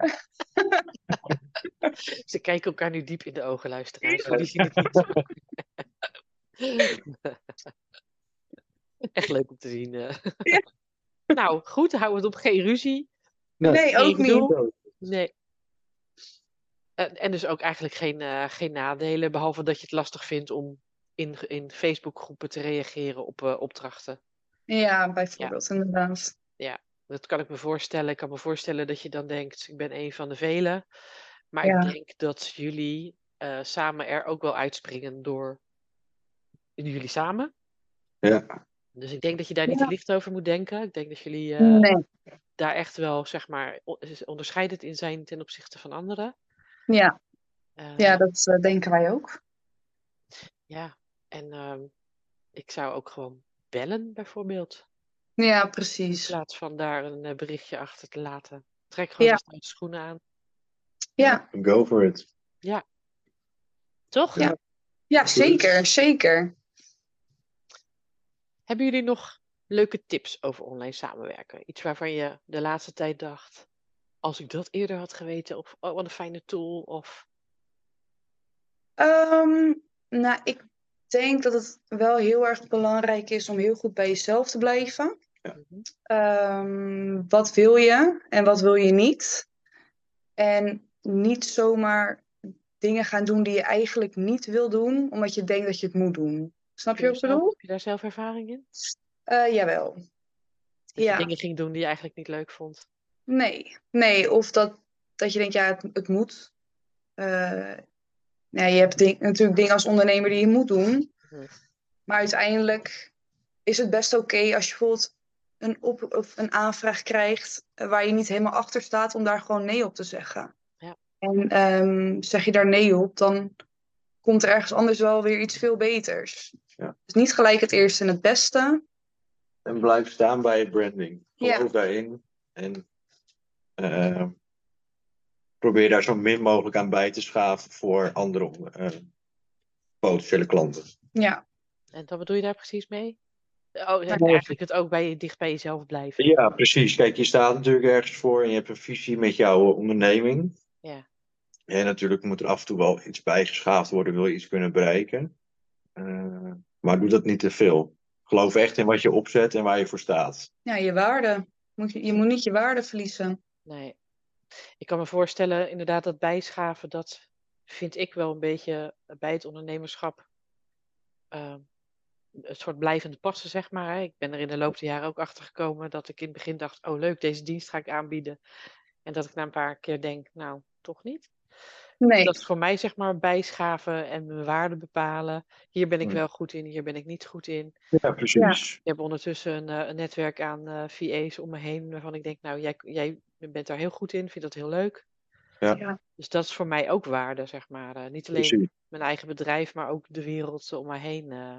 [SPEAKER 1] Ze kijken elkaar nu diep in de ogen, luisteraars. Jullie zien het niet. Echt leuk om te zien. eh.
[SPEAKER 2] Ja.
[SPEAKER 1] Nou, goed, hou het op. Geen ruzie.
[SPEAKER 2] Nee, ook
[SPEAKER 1] geen
[SPEAKER 2] niet.
[SPEAKER 1] gedoe. Nee. En, en dus ook eigenlijk geen, eh, geen nadelen, behalve dat je het lastig vindt om in, in Facebookgroepen te reageren op eh, opdrachten.
[SPEAKER 2] Ja, bijvoorbeeld, inderdaad.
[SPEAKER 1] Dat kan ik me voorstellen. Ik kan me voorstellen dat je dan denkt, ik ben een van de velen. Maar
[SPEAKER 2] Ja.
[SPEAKER 1] ik denk dat jullie eh, samen er ook wel uitspringen door jullie samen.
[SPEAKER 3] Ja.
[SPEAKER 1] Dus ik denk dat je daar niet
[SPEAKER 2] Ja. Mm.
[SPEAKER 1] te licht over moet denken. Ik denk dat jullie eh,
[SPEAKER 2] Nee.
[SPEAKER 1] daar echt wel, zeg maar, o- is- onderscheidend in zijn ten opzichte van anderen.
[SPEAKER 2] Ja,
[SPEAKER 1] Eh,
[SPEAKER 2] ja dat eh, denken wij ook.
[SPEAKER 1] ja. En ehm, ik zou ook gewoon bellen, bijvoorbeeld.
[SPEAKER 2] Ja,
[SPEAKER 1] In
[SPEAKER 2] precies.
[SPEAKER 1] plaats van daar een eh, berichtje achter te laten. Trek gewoon
[SPEAKER 2] Ja.
[SPEAKER 1] de stoute schoenen aan.
[SPEAKER 2] Ja,
[SPEAKER 3] Go for it.
[SPEAKER 1] Toch?
[SPEAKER 2] Ja. ja
[SPEAKER 3] Absoluut.
[SPEAKER 2] zeker, zeker.
[SPEAKER 1] Hebben jullie nog leuke tips over online samenwerken? Iets waarvan je de laatste tijd dacht, als ik dat eerder had geweten, of oh, wat een fijne tool, of
[SPEAKER 2] Ehm, nou, ik denk dat het wel heel erg belangrijk is om heel goed bij jezelf te blijven.
[SPEAKER 1] Mhm.
[SPEAKER 2] Ehm, wat wil je en wat wil je niet? En niet zomaar dingen gaan doen die je eigenlijk niet wil doen, omdat je denkt dat je het moet doen. Snap je wat ik
[SPEAKER 1] zelf-
[SPEAKER 2] bedoel?
[SPEAKER 1] heb je daar zelf ervaring in?
[SPEAKER 2] Eh, jawel.
[SPEAKER 1] Dat
[SPEAKER 2] Ja.
[SPEAKER 1] je dingen ging doen die je eigenlijk niet leuk vond.
[SPEAKER 2] Nee, nee. Of dat, dat je denkt, ja, het, het moet. Eh, nou, je hebt ding- natuurlijk dingen als ondernemer die je moet doen.
[SPEAKER 1] Mhm.
[SPEAKER 2] Maar uiteindelijk is het best oké als je bijvoorbeeld een, op, of een aanvraag krijgt eh, waar je niet helemaal achter staat om daar gewoon nee op te zeggen.
[SPEAKER 1] Ja.
[SPEAKER 2] En ehm, zeg je daar nee op, dan komt er ergens anders wel weer iets veel beters.
[SPEAKER 3] Ja.
[SPEAKER 2] Dus niet gelijk het eerste en het beste.
[SPEAKER 3] En blijf staan bij je branding.
[SPEAKER 2] Ja.
[SPEAKER 3] Geloof daarin. En eh, probeer daar zo min mogelijk aan bij te schaven voor andere eh, potentiële klanten.
[SPEAKER 2] Ja,
[SPEAKER 1] En wat bedoel je daar precies mee? Oh, heb je
[SPEAKER 3] nee.
[SPEAKER 1] eigenlijk het ook bij, dicht bij jezelf blijven.
[SPEAKER 3] Ja, precies. Kijk, je staat natuurlijk ergens voor en je hebt een visie met jouw onderneming.
[SPEAKER 1] Ja.
[SPEAKER 3] En natuurlijk moet er af en toe wel iets bijgeschaafd worden, wil je iets kunnen bereiken. Eh, maar doe dat niet te veel. Geloof echt in wat je opzet en waar je voor staat.
[SPEAKER 2] ja je waarde. Moet je, je moet niet je waarde verliezen.
[SPEAKER 1] Nee. Ik kan me voorstellen, inderdaad, dat bijschaven, dat vind ik wel een beetje bij het ondernemerschap eh, een soort blijvende passen, zeg maar. Hè. Ik ben er in de loop der jaren ook achter gekomen dat ik in het begin dacht, oh leuk, deze dienst ga ik aanbieden. En dat ik na een paar keer denk, nou, toch niet.
[SPEAKER 2] Nee.
[SPEAKER 1] Dat is voor mij, zeg maar, bijschaven en mijn waarde bepalen. Hier ben ik
[SPEAKER 3] Ja.
[SPEAKER 1] wel goed in, hier ben ik niet goed in.
[SPEAKER 3] Ja, precies.
[SPEAKER 1] Ik heb ondertussen een, eh, een netwerk aan eh VA's om me heen, waarvan ik denk, nou, jij, jij bent daar heel goed in, vind dat heel leuk.
[SPEAKER 3] Ja.
[SPEAKER 2] Ja.
[SPEAKER 1] Dus dat is voor mij ook waarde, zeg maar. Eh, niet alleen
[SPEAKER 3] precies.
[SPEAKER 1] mijn eigen bedrijf, maar ook de wereld om mij heen. eh,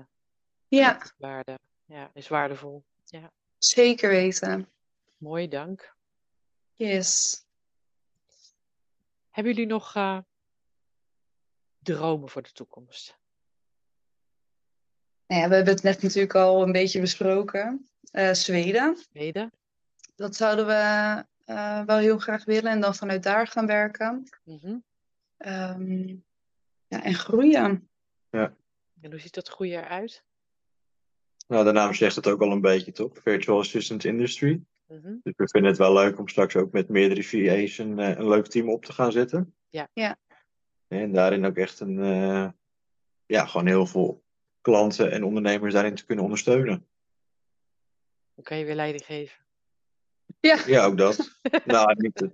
[SPEAKER 2] Ja,
[SPEAKER 1] heeft waarde. Ja, is waardevol.
[SPEAKER 2] zeker weten.
[SPEAKER 1] Mooi, dank.
[SPEAKER 2] Yes.
[SPEAKER 1] Hebben jullie nog eh, dromen voor de toekomst?
[SPEAKER 2] Nou ja, we hebben het net natuurlijk al een beetje besproken. Eh, Zweden,
[SPEAKER 1] Mede?
[SPEAKER 2] dat zouden we eh, wel heel graag willen en dan vanuit daar gaan werken.
[SPEAKER 1] Mhm.
[SPEAKER 2] Ehm, ja, en groeien.
[SPEAKER 1] En hoe ziet dat groei eruit?
[SPEAKER 3] Nou, de naam zegt het ook al een beetje, toch? Virtual Assistant Industry.
[SPEAKER 1] Mhm.
[SPEAKER 3] Dus we vinden het wel leuk om straks ook met meerdere VA's een, eh, een leuk team op te gaan zetten.
[SPEAKER 1] Ja.
[SPEAKER 2] Ja.
[SPEAKER 3] En daarin ook echt een, eh, ja, gewoon heel veel klanten en ondernemers daarin te kunnen ondersteunen.
[SPEAKER 1] Dan kan je weer leiding geven.
[SPEAKER 3] Ja, ook dat. nou, niet,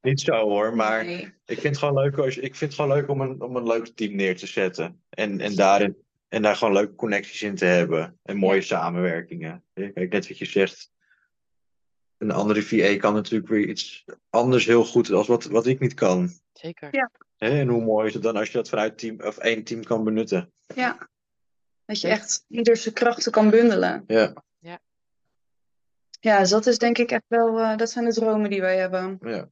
[SPEAKER 3] niet zo hoor, maar
[SPEAKER 2] Nee.
[SPEAKER 3] ik vind het gewoon leuk, als, ik vind het gewoon leuk om, een, om een leuk team neer te zetten. En, en, daarin, en daar gewoon leuke connecties in te hebben. En mooie samenwerkingen. Kijk, net wat je zegt. Een andere VA kan natuurlijk weer iets anders heel goed als wat, wat ik niet kan.
[SPEAKER 1] Zeker.
[SPEAKER 2] Ja.
[SPEAKER 3] Hè, En hoe mooi is het dan als je dat vanuit team, of één team kan benutten?
[SPEAKER 2] Dat je echt ieder zijn krachten kan bundelen.
[SPEAKER 3] Ja.
[SPEAKER 2] Ja, dus dat is denk ik echt wel, eh, dat zijn de dromen die wij hebben.
[SPEAKER 1] Mooi.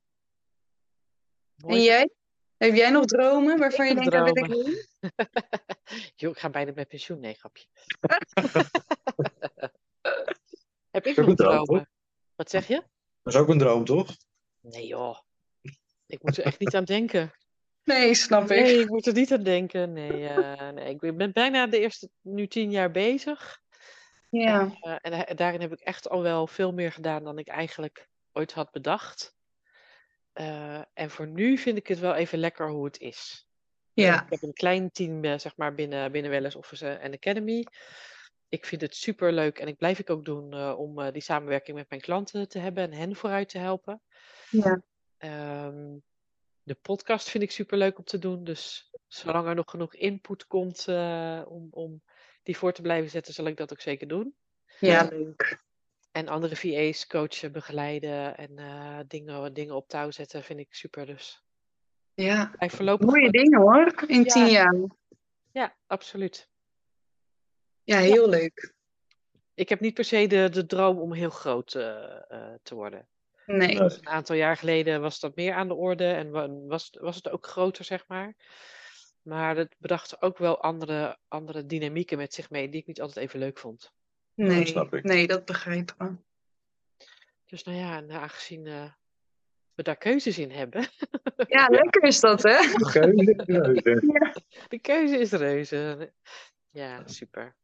[SPEAKER 2] En jij? Heb jij nog dromen waarvan je
[SPEAKER 1] heb
[SPEAKER 2] denkt, daar wil ik
[SPEAKER 1] dromen.
[SPEAKER 2] heen?
[SPEAKER 1] Joh, ik ga bijna met pensioen. Nee, grapje. Heb ik
[SPEAKER 3] Zo
[SPEAKER 1] nog
[SPEAKER 3] goed eraan,
[SPEAKER 1] dromen? Wat zeg je?
[SPEAKER 3] Dat is ook een droom, toch?
[SPEAKER 1] Nee joh. Ik moet er echt niet aan denken.
[SPEAKER 2] Nee, snap ik.
[SPEAKER 1] Nee, ik moet er niet aan denken. Nee, eh, nee, ik ben bijna de eerste nu tien jaar bezig.
[SPEAKER 2] Ja,
[SPEAKER 1] Eh, en da- daarin heb ik echt al wel veel meer gedaan dan ik eigenlijk ooit had bedacht. Eh, en voor nu vind ik het wel even lekker hoe het is.
[SPEAKER 2] ja.
[SPEAKER 1] Ik heb een klein team eh, zeg maar, binnen, binnen Wellness Office eh, en Academy. Ik vind het super leuk en ik blijf ik ook doen eh, om eh, die samenwerking met mijn klanten te hebben en hen vooruit te helpen.
[SPEAKER 2] Ja.
[SPEAKER 1] Ehm, de podcast vind ik super leuk om te doen. Dus zolang er nog genoeg input komt eh, om, om die voor te blijven zetten, zal ik dat ook zeker doen.
[SPEAKER 2] Ja, leuk.
[SPEAKER 1] En andere VA's coachen, begeleiden en eh, dingen, dingen op touw zetten vind ik super. Dus
[SPEAKER 2] Ja.
[SPEAKER 1] ik blijf voorlopig.
[SPEAKER 2] Mooie dingen hoor, in
[SPEAKER 1] Ja.
[SPEAKER 2] tien jaar.
[SPEAKER 1] Ja, absoluut.
[SPEAKER 2] Ja, heel leuk.
[SPEAKER 1] Ik heb niet per se de, de droom om heel groot eh, eh, te worden.
[SPEAKER 2] Nee.
[SPEAKER 3] Nee.
[SPEAKER 1] Een aantal jaar geleden was dat meer aan de orde en wa- was, was het ook groter, zeg maar. Maar het bracht ook wel andere, andere dynamieken met zich mee die ik niet altijd even leuk vond.
[SPEAKER 2] Nee,
[SPEAKER 3] snap ik.
[SPEAKER 2] nee, dat begrijp ik.
[SPEAKER 1] Dus nou ja, en aangezien eh, we daar keuzes in hebben.
[SPEAKER 2] Ja, lekker is dat, hè?
[SPEAKER 3] Keuze, keuze.
[SPEAKER 1] De keuze is reuze. Ja, super.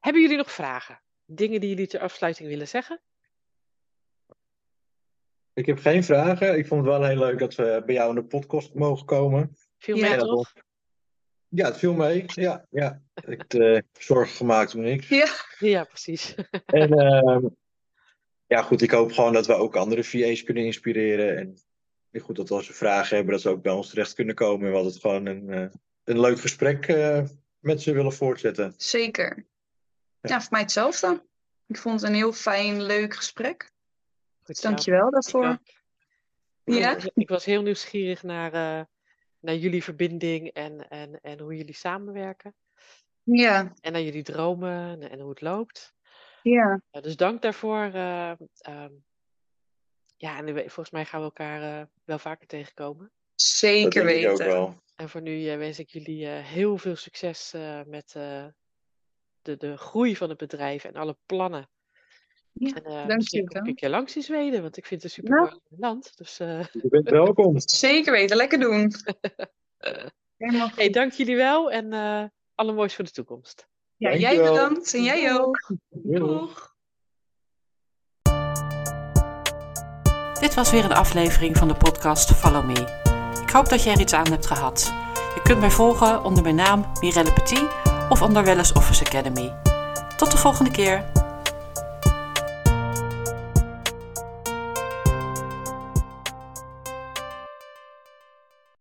[SPEAKER 1] Hebben jullie nog vragen? Dingen die jullie ter afsluiting willen zeggen?
[SPEAKER 3] Ik heb geen vragen. Ik vond het wel heel leuk dat we bij jou in de podcast mogen komen.
[SPEAKER 1] Viel
[SPEAKER 2] Ja.
[SPEAKER 1] mee
[SPEAKER 3] Ja, dat
[SPEAKER 1] toch?
[SPEAKER 3] Ja, het viel mee. Ja, ja. Ik heb eh, zorgen gemaakt om niks.
[SPEAKER 2] Ja.
[SPEAKER 1] Ja, precies.
[SPEAKER 3] En ehm, ja, goed, ik hoop gewoon dat we ook andere VA's kunnen inspireren. En goed, dat als ze vragen hebben, dat ze ook bij ons terecht kunnen komen. En we altijd gewoon een, eh, een leuk gesprek eh, met ze willen voortzetten.
[SPEAKER 2] Zeker.
[SPEAKER 3] Ja.
[SPEAKER 2] Ja, voor mij hetzelfde. Ik vond het een heel fijn, leuk gesprek.
[SPEAKER 1] Goed zo.
[SPEAKER 2] Dankjewel daarvoor.
[SPEAKER 1] ook. Ik
[SPEAKER 2] Ja.
[SPEAKER 1] was- Ik was heel nieuwsgierig naar, eh, naar jullie verbinding en, en, en hoe jullie samenwerken.
[SPEAKER 2] Ja,
[SPEAKER 1] En naar jullie dromen en, en hoe het loopt.
[SPEAKER 2] ja.
[SPEAKER 1] Eh, dus dank daarvoor. eh, ehm, ja, en we- volgens mij gaan we elkaar eh, wel vaker tegenkomen.
[SPEAKER 3] Dat
[SPEAKER 2] Zeker
[SPEAKER 3] denk ik ook
[SPEAKER 2] weten.
[SPEAKER 3] wel.
[SPEAKER 1] En voor nu eh, wens ik jullie eh, heel veel succes eh, met eh, de, de groei van het bedrijf en alle plannen.
[SPEAKER 2] Ja,
[SPEAKER 1] en eh,
[SPEAKER 2] dank
[SPEAKER 1] misschien
[SPEAKER 2] je
[SPEAKER 1] kom ik
[SPEAKER 2] wel.
[SPEAKER 1] een keer langs in Zweden, want ik vind het een super mooi land. Dus eh
[SPEAKER 3] Je bent welkom.
[SPEAKER 2] Zeker weten, lekker doen. Helemaal
[SPEAKER 1] hey,
[SPEAKER 2] goed.
[SPEAKER 1] dank jullie wel en eh alle moois voor de toekomst.
[SPEAKER 2] Ja, jij
[SPEAKER 3] dankjewel.
[SPEAKER 2] bedankt en jij ook.
[SPEAKER 3] Doei.
[SPEAKER 2] Doeg.
[SPEAKER 4] Dit was weer een aflevering van de podcast Follow Me. Ik hoop dat jij er iets aan hebt gehad. Je kunt mij volgen onder mijn naam Mirelle Petit of onder Wellness Office Academy. Tot de volgende keer.